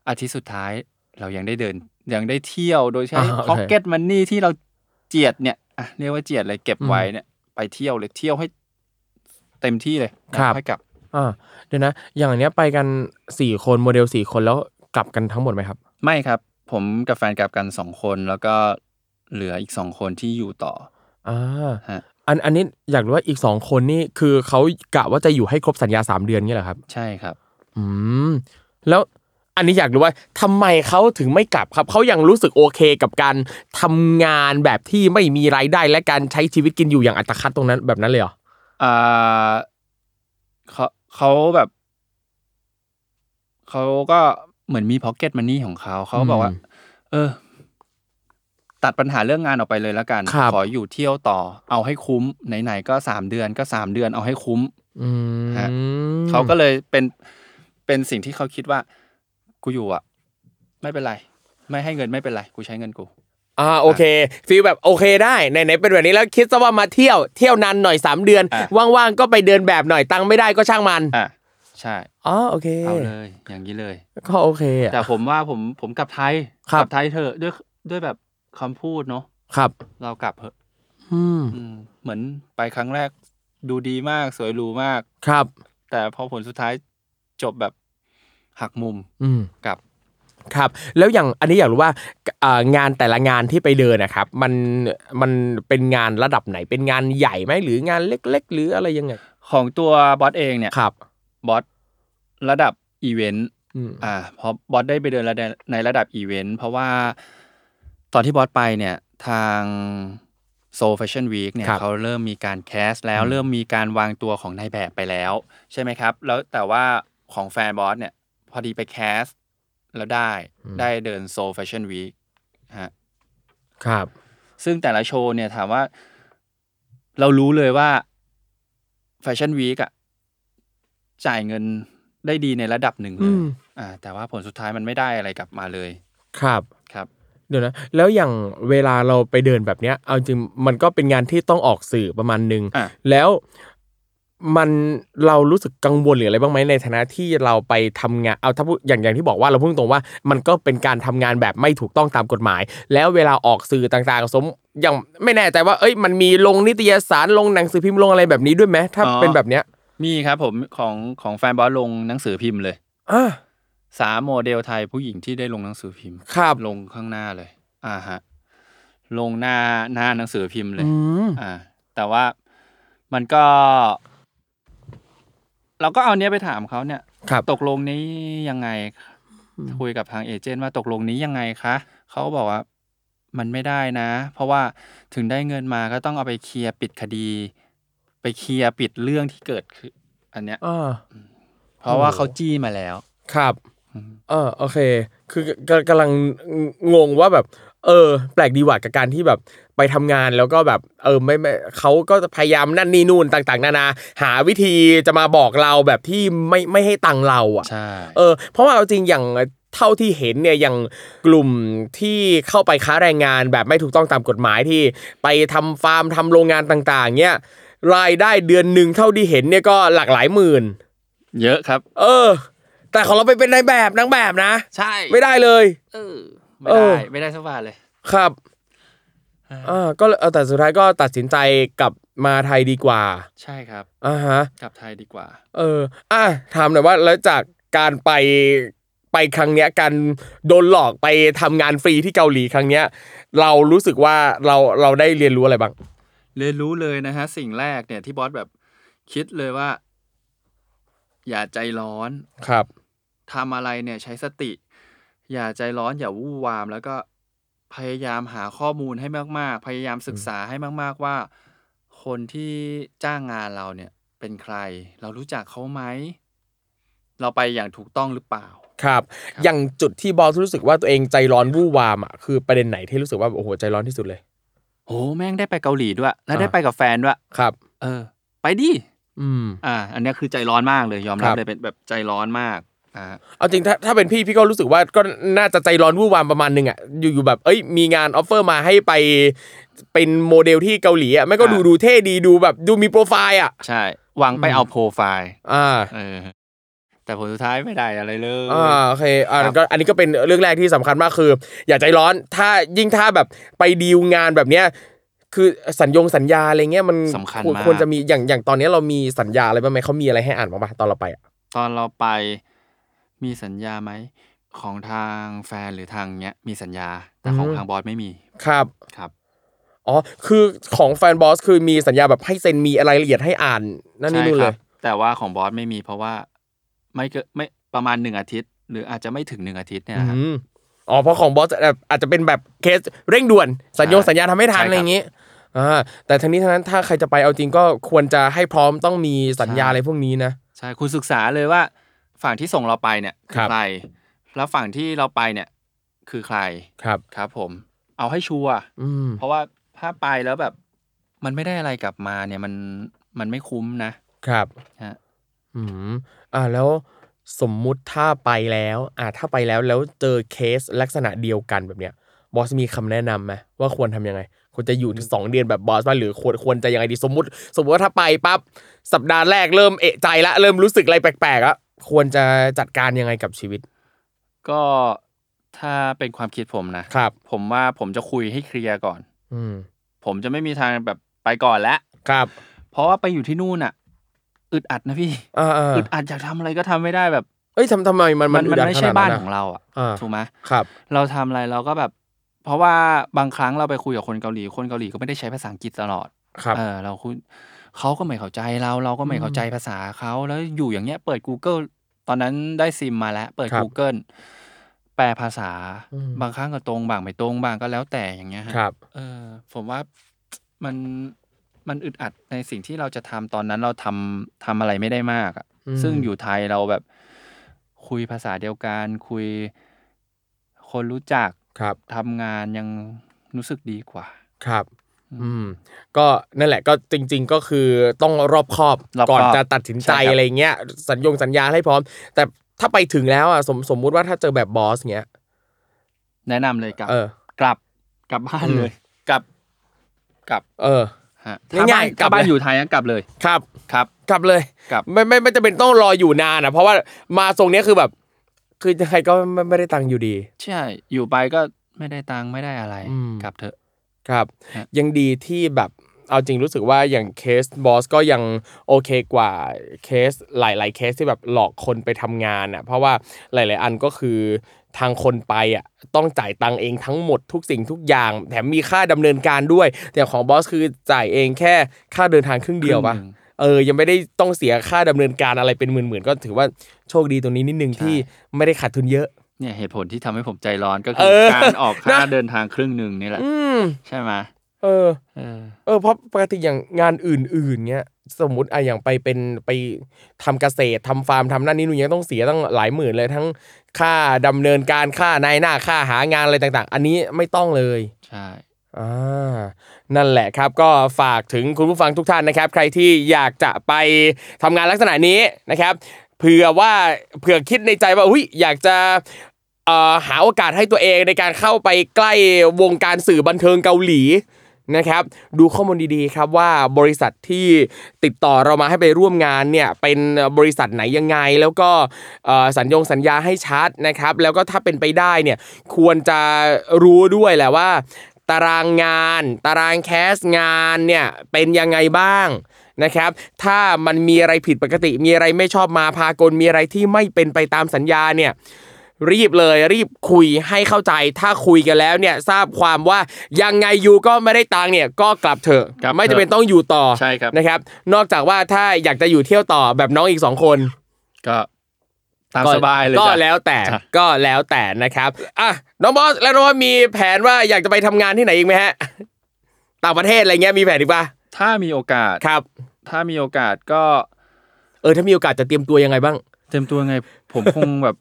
อาทิตย์สุดท้ายเรายังได้เดิน ยังได้เที่ยวโดยใช้ อ่าโอเค พ็อกเก็ตมันนี่ที่เราเจียดเนี่ยอ่ะเรียกว่าเจียดเลยเก็บไว้เนี่ย ไปเที่ยวเลยเที่ยวให้เต็มที่เลย ครับ ให้กลับ อ่าเดี๋ยวนะ อย่างอันเนี้ยไปกันสี่คนโมเดลสี่คนแล้วกลับกันทั้งหมดไหมครับ ไม่ครับ ผมกับแฟนกลับกันสองคน แล้วก็เหลืออีกสองคนที่อยู่ต่อ อ่า ฮะ อันอันนี้อยากรู้ว่าอีกสองคนนี่คือเขากะว่าจะอยู่ให้ครบสัญญาสามเดือนเงี้ยเหรอครับ ใช่ครับ อืม แล้ว อันนี้อยากรู้ว่าทำไมเขาถึงไม่กลับครับเขายังรู้สึกโอเคกับการทำงานแบบที่ไม่มีรายได้และการใช้ชีวิตกินอยู่อย่างอัตคัดตรงนั้นแบบนั้นเลยเหรอ อ่าเขาเขาแบบเขาก็เหมือนมีพ็อกเก็ตมันนี่ของเขาเขาบอกว่า ม เออ ตัดปัญหาเรื่องงานออกไปเลยแล้วกัน ครับ ขออยู่เที่ยวต่อ เอาให้คุ้มไหนๆก็สามเดือนก็สามเดือนเอาให้คุ้ม อืม ฮะ เขาก็เลยเป็นเป็นสิ่งที่เขาคิดว่า กูอยู่อ่ะ ไม่เป็นไร ไม่ให้เงินไม่เป็นไรกูใช้เงินกู อ่าโอเคฟีลแบบโอเคได้ไหนๆเป็นแบบนี้แล้วคิดซะว่ามาเที่ยวเที่ยวนานหน่อยสามเดือน อ่ ว่างๆก็ไปเดินแบบหน่อยตังค์ไม่ได้ก็ช่างมัน อ่ะใช่ อ๋อโอเค เอาเลย อย่างนี้เลย ก็โอเคอะ แต่ผมว่าผมผมกลับไทย ครับ กลัไทยเถอะด้วยด้วยแบบคำพูดเนาะ ครับ เรากลับเถอะ อืม อืมเหมือนไปครั้งแรก ดูดีมากสวยหรูมาก ครับ แต่พอผลสุดท้ายจบแบบหักมุม อืม กับ ครับแล้วอย่างอันนี้อยากรู้ว่าเอ่องานแต่ละงานที่ไปเดินนะครับ มันมันเป็นงานระดับไหนเป็นงานใหญ่ไหมหรืองานเล็ก ๆ หรืออะไรยังไง ของตัวบอสเองเนี่ย ครับ บอสระดับอีเวนต์ อืม อ่าเพอบอสได้ไปเดินระดับในระดับอีเวนต์เพราะว่าตอนที่บอสไปเนี่ยทางโซ f a ชั่นวีคเนี่ยเขาเริ่มมีการแคสแล้วเริ่มมีการวางตัวของนายแบบไปแล้ว ใช่ไหมครับ แล้วแต่ว่าของแฟนบอสเนี่ยพอดีไปแคสแล้วได้ได้เดินโซ f a ชั่นวีคฮะ ครับ ซึ่งแต่ละโชว์เนี่ยถามว่าเรารู้เลยว่าแฟชั่นวีคอะจ่ายเงินได้ดีในระดับหนึ่งเล อื ย ม อ่าแต่ว่าผลสุดท้ายมันไม่ได้อะไรกลับมาเลย ครับ ครับ เดี๋ยวนะแล้วอย่างเวลาเราไปเดินแบบเนี้ยเอาจริงมันก็เป็นงานที่ต้องออกสื่อประมาณหนึ่ง อ่ะ แล้วมันเรารู้สึกกังวลหรืออะไรบ้างไหมในฐานะที่เราไปทำงานเอาถ้าพูดอย่างอย่างที่บอกว่าเราพูดตรงๆว่า มันก็เป็นการทำงานแบบไม่ถูกต้องตามกฎหมาย แล้วเวลาออกสื่อต่างๆ สมอย่างไม่แน่ใจว่า เอ้ยมันมีลงนิตยสารลงหนังสือพิมพ์ลงอะไรแบบนี้ด้วยไหมถ้า อ๋อ เป็นแบบเนี้ย มีครับผมของของแฟนบอสลงหนังสือพิมพ์เลย อ่า สามโมเดลไทยผู้หญิงที่ได้ลงหนังสือพิมพ์ ครับ ลงข้างหน้าเลย อ่าฮะลงหน้าหน้าหนังสือพิมพ์เลย อืม อ่า แต่ว่ามันก็ เราก็เอาเนี้ยไปถามเขาเนี่ย ครับ ตกลงนี้ยังไง คุยกับทางเอเจนต์ว่าตกลงนี้ยังไงคะเขาก็บอกว่ามันไม่ได้นะ เพราะว่าถึงได้เงินมาก็ต้องเอาไปเคลียร์ปิดคดี ไปเคลียร์ปิดเรื่องที่เกิดขึ้นอันเนี้ย อ่า เพราะว่าเขาจี้มาแล้ว ครับ อืม เออโอเค คือกกำลังงงว่าแบบ เออ แปลกดีว่ะกับการที่แบบไปทำงานแล้วก็แบบ เออไม่ไม่เขาก็พยายามนั่นนี่นู่นต่าง ๆ นานา หาวิธีจะมาบอกเราแบบที่ไม่ไม่ให้ตังค์เราอ่ะ ใช่ เออเพราะว่าเอาจริงอย่างเท่าที่เห็นเนี่ยอย่างกลุ่มที่เข้าไปค้าแรงงานแบบไม่ถูกต้องตามกฎหมายที่ไปทำฟาร์มทำโรงงานต่าง ๆ เนี่ยรายได้เดือนหนึ่งเท่าที่เห็นเนี่ยก็หลากหลายหมื่น เยอะครับ เออ แต่ของเราไปเป็นนายแบบนางแบบนะ ใช่ ไม่ได้เลย เออไม่ได้ เออ ไม่ได้สักบาทเลย ครับอ่าก็เลยเออแต่สุดท้ายก็ตัดสินใจกลับมาไทยดีกว่า ใช่ครับ อ่าฮะ กลับไทยดีกว่า เอออ่ะถามหน่อยว่าแล้วจากการไปไปครั้งเนี้ยการโดนหลอกไปทำงานฟรีที่เกาหลีครั้งเนี้ย เรารู้สึกว่าเราเราได้เรียนรู้อะไรบ้าง เรียนรู้เลยนะฮะ สิ่งแรกเนี่ยที่บอสแบบคิดเลยว่า อย่าใจร้อน ครับ ทำอะไรเนี่ยใช้สติ อย่าใจร้อนอย่าวู่วาม แล้วก็พยายามหาข้อมูลให้มาก ๆ พยายามศึกษาให้มาก ๆ ว่า คนที่จ้างงานเราเนี่ย เป็นใคร เรารู้จักเขาไหม เราไปอย่างถูกต้องหรือเปล่า ครับ อย่างจุดที่บอสรู้สึกว่าตัวเองใจร้อนวู่วามอ่ะคือประเด็นไหนที่รู้สึกว่าโอ้โหใจร้อนที่สุดเลย โอ้แม่งได้ไปเกาหลีด้วย แล้วได้ อ่า ไปกับแฟนด้วย ครับ เออ ไปดิ อืม อ่า อันเนี้ยคือใจร้อนมากเลยยอมรั ครับบ เลยเป็นแบบใจร้อนมากอ่า เอาจริงถ้าถ้าเป็นพี่พี่ก็รู้สึกว่าก็น่าจะใจร้อนวู่วามประมาณหนึงอ่ะอยู่อยู่แบบเอ้ยมีงานออฟเฟอร์มาให้ไปเป็นโมเดลที่เกาหลีอ่ะไม่ก็ดู อ่า ดูเท่ดีดูแบบดูมีโปรไฟล์อ่ะ ใช่หวังไปเอาโปรไฟล์ อ่า เออ แต่ผลสุดท้ายไม่ได้อะไรเลย อ่าโอเคอ่า ครับ ก็อันนี้ก็เป็นเรื่องแรกที่สำคัญมากคือ อย่าใจร้อนถ้ายิ่งถ้าแบบไปดีลงานแบบเนี้ยคือสัญญงสัญญาอะไรเงี้ยมัน สำคัญ วร มาก ควรจะมีอย่างอย่างตอนเนี้ยเรามีสัญญาอะไรบ้างไหมเขามีอะไรให้อ่านบ้างปะตอนเราไปอ่ะ ตอนเราไปมีสัญญาไหมของทางแฟนหรือทางเนี้ยมีสัญญา แต่ของทางบอสไม่มี ครับ ครับ อ๋อคือของแฟนบอสคือมีสัญญาแบบให้เซ็นมีอะไรละเอียดให้อ่านนั่นนี่นู่น ใช่ค เล รั ย แต่ว่าของบอสไม่มีเพราะว่าไม่เกินไม่ประมาณหนึ่งอาทิตย์ หรืออาจจะไม่ถึงหนึ่งอาทิตย์เนี่ย อื นะครับ มอ๋อเพราะของบอสแบบอาจจะเป็นแบบเคสเร่งด่วน สัญญง ใช่ สัญญาณทำไม่ทัน ใช่ครับ อะไรอย่างนี้อ่าแต่ทั้งนี้ทั้งนั้นถ้าใครจะไปเอาจริงก็ควรจะให้พร้อมต้องมีสัญญาอะไรพวกนี้นะ ใช่คุณศึกษาเลยว่าฝั่งที่ส่งเราไปเนี่ยคื ครั อบ ใครแล้วฝั่งที่เราไปเนี่ยคือใคร ครับ ครับ ผม เอาให้ชัวร์ อืม เพราะว่าถ้าไปแล้วแบบ มันไม่ได้อะไรกลับมาเนี่ยมันมันไม่คุ้มนะ ครับ ฮะ อืมอ่าแล้วสมมุติถ้าไปแล้วอ่าถ้าไปแล้วแล้วเจอเคสลักษณะเดียวกันแบบเนี้ยบอสมีคำแนะนำไหมว่าควรทำยังไง ควรจะอยู่ถึงสองเดือนแบบบอสป่ะหรือควรควรจะยังไงดีสมมติ สมมติว่าถ้าไปปั๊บสัปดาห์แรกเริ่มเอะใจละเริ่มรู้สึกอะไรแปลกๆละควรจะจัดการยังไงกับชีวิต ก็ถ้าเป็นความคิดผมนะครับ ผมว่าผมจะคุยให้เคลียร์ก่อน อืม ผมจะไม่มีทางแบบไปก่อนแล้ว ครับ เพราะว่าไปอยู่ที่นู่นอ่ะอึดอัดนะพี่ อ่าอ่า อึดอัดอยากทำอะไรก็ทำไม่ได้แบบ เอ้ยทำทำไมมัน มัน อึ มัน ดอัด ไม่ ข ใช่ ด บ้าน อะ ของเราอ่ะ อ่า ถูกไหม ครับ เราทำอะไรเราก็แบบ เพราะว่าบางครั้งเราไปคุยกับคนเกาหลีคนเกาหลีก็ไม่ได้ใช้ภาษาอังกฤษตลอด ครับ เออเราคุยเขาก็ไม่เข้าใจเราเราก็ไม่เข้าใจภาษาเขาแล้วอยู่อย่างเงี้ยเปิด Google ตอนนั้นได้ซิมมาแล้ว เปิด ครับ Google แปลภาษา อืม บางครั้งก็ตรงบางไม่ตรงบางก็แล้วแต่อย่างเงี้ยฮะ ครับ เออ ผมว่ามันมันอึดอัดในสิ่งที่เราจะทำตอนนั้นเราทำทำอะไรไม่ได้มากอะ อืม ซึ่งอยู่ไทยเราแบบ คุยภาษาเดียวกันคุย คนรู้จัก ครับ ทำงานยังรู้สึกดีกว่า ครับ อืม ก็นั่นแหละก็จริง ๆ ก็คือต้องรอบคอบ รอบคอบ ก่อนจะตัดสินใจ ใช่ครับ อะไรเงี้ย สัญญงสัญญาให้พร้อม แต่ถ้าไปถึงแล้วอ่ะสมสมมุติว่าถ้าเจอแบบบอสเงี้ย แนะนำเลยกลับ เออ กลับกลับบ้านเลย กลับกลับ เออ ฮะ ง่ายๆกถ้บ้นลับ ถ้าบ้าน เลย อยู่ไทยนะกลับเลย ครับ ครับ กลับเลย กลับ ไม่ไม่ไม่จำเป็นต้องรออยู่นานอ่ะ เพราะว่ามาทรงเนี้ยคือแบบ คือยังไงก็ไม่ไม่ได้ตังค์อยู่ดี ใช่อยู่ไปก็ไม่ได้ตังค์ไม่ได้อะไร อืม กลับเถอะ ครับ ฮะ ยังดีที่แบบเอาจริงรู้สึกว่าอย่างเคสบอสก็ยังโอเคกว่าเคสหลาย ๆ เคสที่แบบหลอกคนไปทำงานอ่ะเพราะว่าหลาย ๆ อันก็คือทางคนไปอ่ะต้องจ่ายตังค์เองทั้งหมดทุกสิ่งทุกอย่าง แถมมีค่าดำเนินการด้วย แต่ของบอสคือจ่ายเองแค่ค่าเดินทางครึ่งเดียวปะ ครึ่งหนึ่ง เออยังไม่ได้ต้องเสียค่าดำเนินการอะไรเป็นหมื่น ๆ ก็ถือว่าโชคดีตรงนี้นิดนึงที่ไม่ได้ขาดทุนเยอะ เนี่ยเหตุผลที่ทำให้ผมใจร้อนก็ เอ คือ อ การออกค่า นะ เดินทางครึ่งหนึ่งนี่แหละ อืม ใช่ไหม เออ เออ เออเพราะปกติอย่างงานอื่นๆเงี้ยสมมติอะอย่างไปเป็นไปทำเกษตรทำฟาร์มทำนั่นนี่นู่นยังต้องเสียตั้งหลายหมื่นเลยทั้งค่าดำเนินการค่านายหน้าค่าหางานอะไรต่างๆ อันนี้ไม่ต้องเลย ใช่ อ่านั่นแหละครับก็ฝากถึงคุณผู้ฟังทุกท่านนะครับ ใครที่อยากจะไปทำงานลักษณะนี้นะครับเผื่อว่าเผื่อคิดในใจว่าอุ้ยอยากจะเอ่อหาโอกาสให้ตัวเองในการเข้าไปใกล้วงการสื่อบันเทิงเกาหลีนะครับ ดูข้อมูลดีๆครับว่าบริษัทที่ติดต่อเรามาให้ไปร่วมงานเนี่ยเป็นบริษัทไหนยังไง แล้วก็เอ่อสัญญงสัญญาให้ชัดนะครับ แล้วก็ถ้าเป็นไปได้เนี่ยควรจะรู้ด้วยแหละว่า ตารางงาน ตารางแคสงานเนี่ยเป็นยังไงบ้างนะครับ ถ้ามันมีอะไรผิดปกติ มีอะไรไม่ชอบมาพากลมีอะไรที่ไม่เป็นไปตามสัญญาเนี่ยรีบเลยรีบคุยให้เข้าใจ ถ้าคุยกันแล้วเนี่ยทราบความว่ายังไงอยู่ก็ไม่ได้ตังค์เนี่ยก็กลับเถอะ กลับเถอะ ไม่จำเป็นต้องอยู่ต่อ ใช่ครับ นะครับ นอกจากว่าถ้าอยากจะอยู่เที่ยวต่อแบบน้องอีกสองคน ก็ตามสบายเลย ก็ จ้ะ แล้วแต่ จ้ะ ก็แล้วแต่นะครับอ่ะน้องบอสแล้วน้องบอสมีแผนว่าอยากจะไปทำงานที่ไหนอีกไหมฮะ ต่างประเทศอะไรเงี้ยมีแผนอีกปะ ถ้ามีโอกาส ครับ ถ้ามีโอกาสก็ เออถ้ามีโอกาสจะเตรียมตัวยังไงบ้าง เต็มตัวไง ผมคงแบบ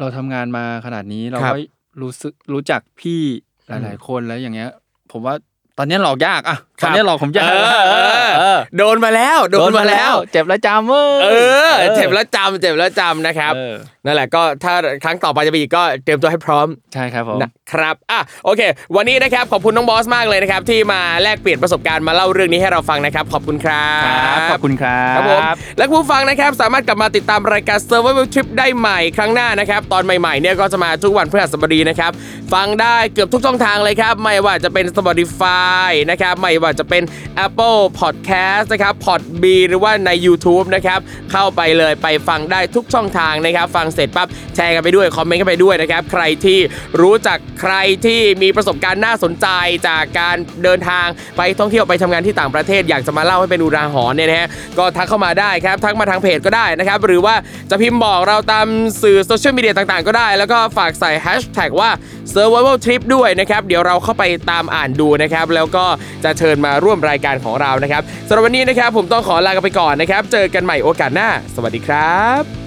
เราทำงานมาขนาดนี้เรา ครับ ก็รู้สึกรู้จักพี่หลายๆคนแล้วอย่างเงี้ย ผมว่าตอนเนี้ยหลอกยากอะตอนเนี้ยหลอกผมยาก เออเออ เออ โดนมาแล้วโดนมาแล้ว เจ็บแล้วจำเว้ย เออ เจ็บแล้วจำเจ็บแล้วจำนะครับ เออ นั่นแหละก็ถ้าครั้งต่อไปจะไปอีกก็เตรียมตัวให้พร้อม ใช่ครับผม นะครับอ่ะโอเค วันนี้นะครับขอบคุณน้องบอสมากเลยนะครับ ที่มาแลกเปลี่ยนประสบการณ์มาเล่าเรื่องนี้ให้เราฟังนะครับ ขอบคุณครับ ครับขอบคุณครับ ครับผมและคุณผู้ฟังนะครับสามารถกลับมาติดตามรายการ Survival Trip ได้ใหม่ครั้งหน้านะครับ ตอนใหม่ๆเนี่ยก็จะมาทุกวันพฤหัสบดีนะครับ ฟังได้เกือบทุกช่องทางเลยครับ ไม่ว่าจะเป็น Spotify นะครับ ไม่ว่าจะเป็น Apple Podcast นะครับ Podbean หรือว่าใน YouTube นะครับ เข้าไปเลยไปฟังได้ทุกช่องทางนะครับ ฟัง เสร็จปั๊บแชร์กันไปด้วยคอมเมนต์กันไปด้วยนะครับ ใครที่รู้จักใครที่มีประสบการณ์น่าสนใจจากการเดินทางไปท่องเที่ยวไปทำงานที่ต่างประเทศอยากจะมาเล่าให้เป็นอุราหรณ์เนี่ยนะฮะก็ทักเข้ามาได้ครับทักมาทางเพจก็ได้นะครับ หรือว่าจะพิมพ์บอกเราตามสื่อโซเชียลมีเดียต่างๆ ก็ได้ แล้วก็ฝากใส่แฮชแท็กว่า Survival Trip ด้วยนะครับ เดี๋ยวเราเข้าไปตามอ่านดูนะครับ แล้วก็จะเชิญมาร่วมรายการของเรานะครับสำหรับวันนี้นะครับผมต้องขอลากันไปก่อนนะครับ เจอกันใหม่โอกาสหน้า สวัสดีครับ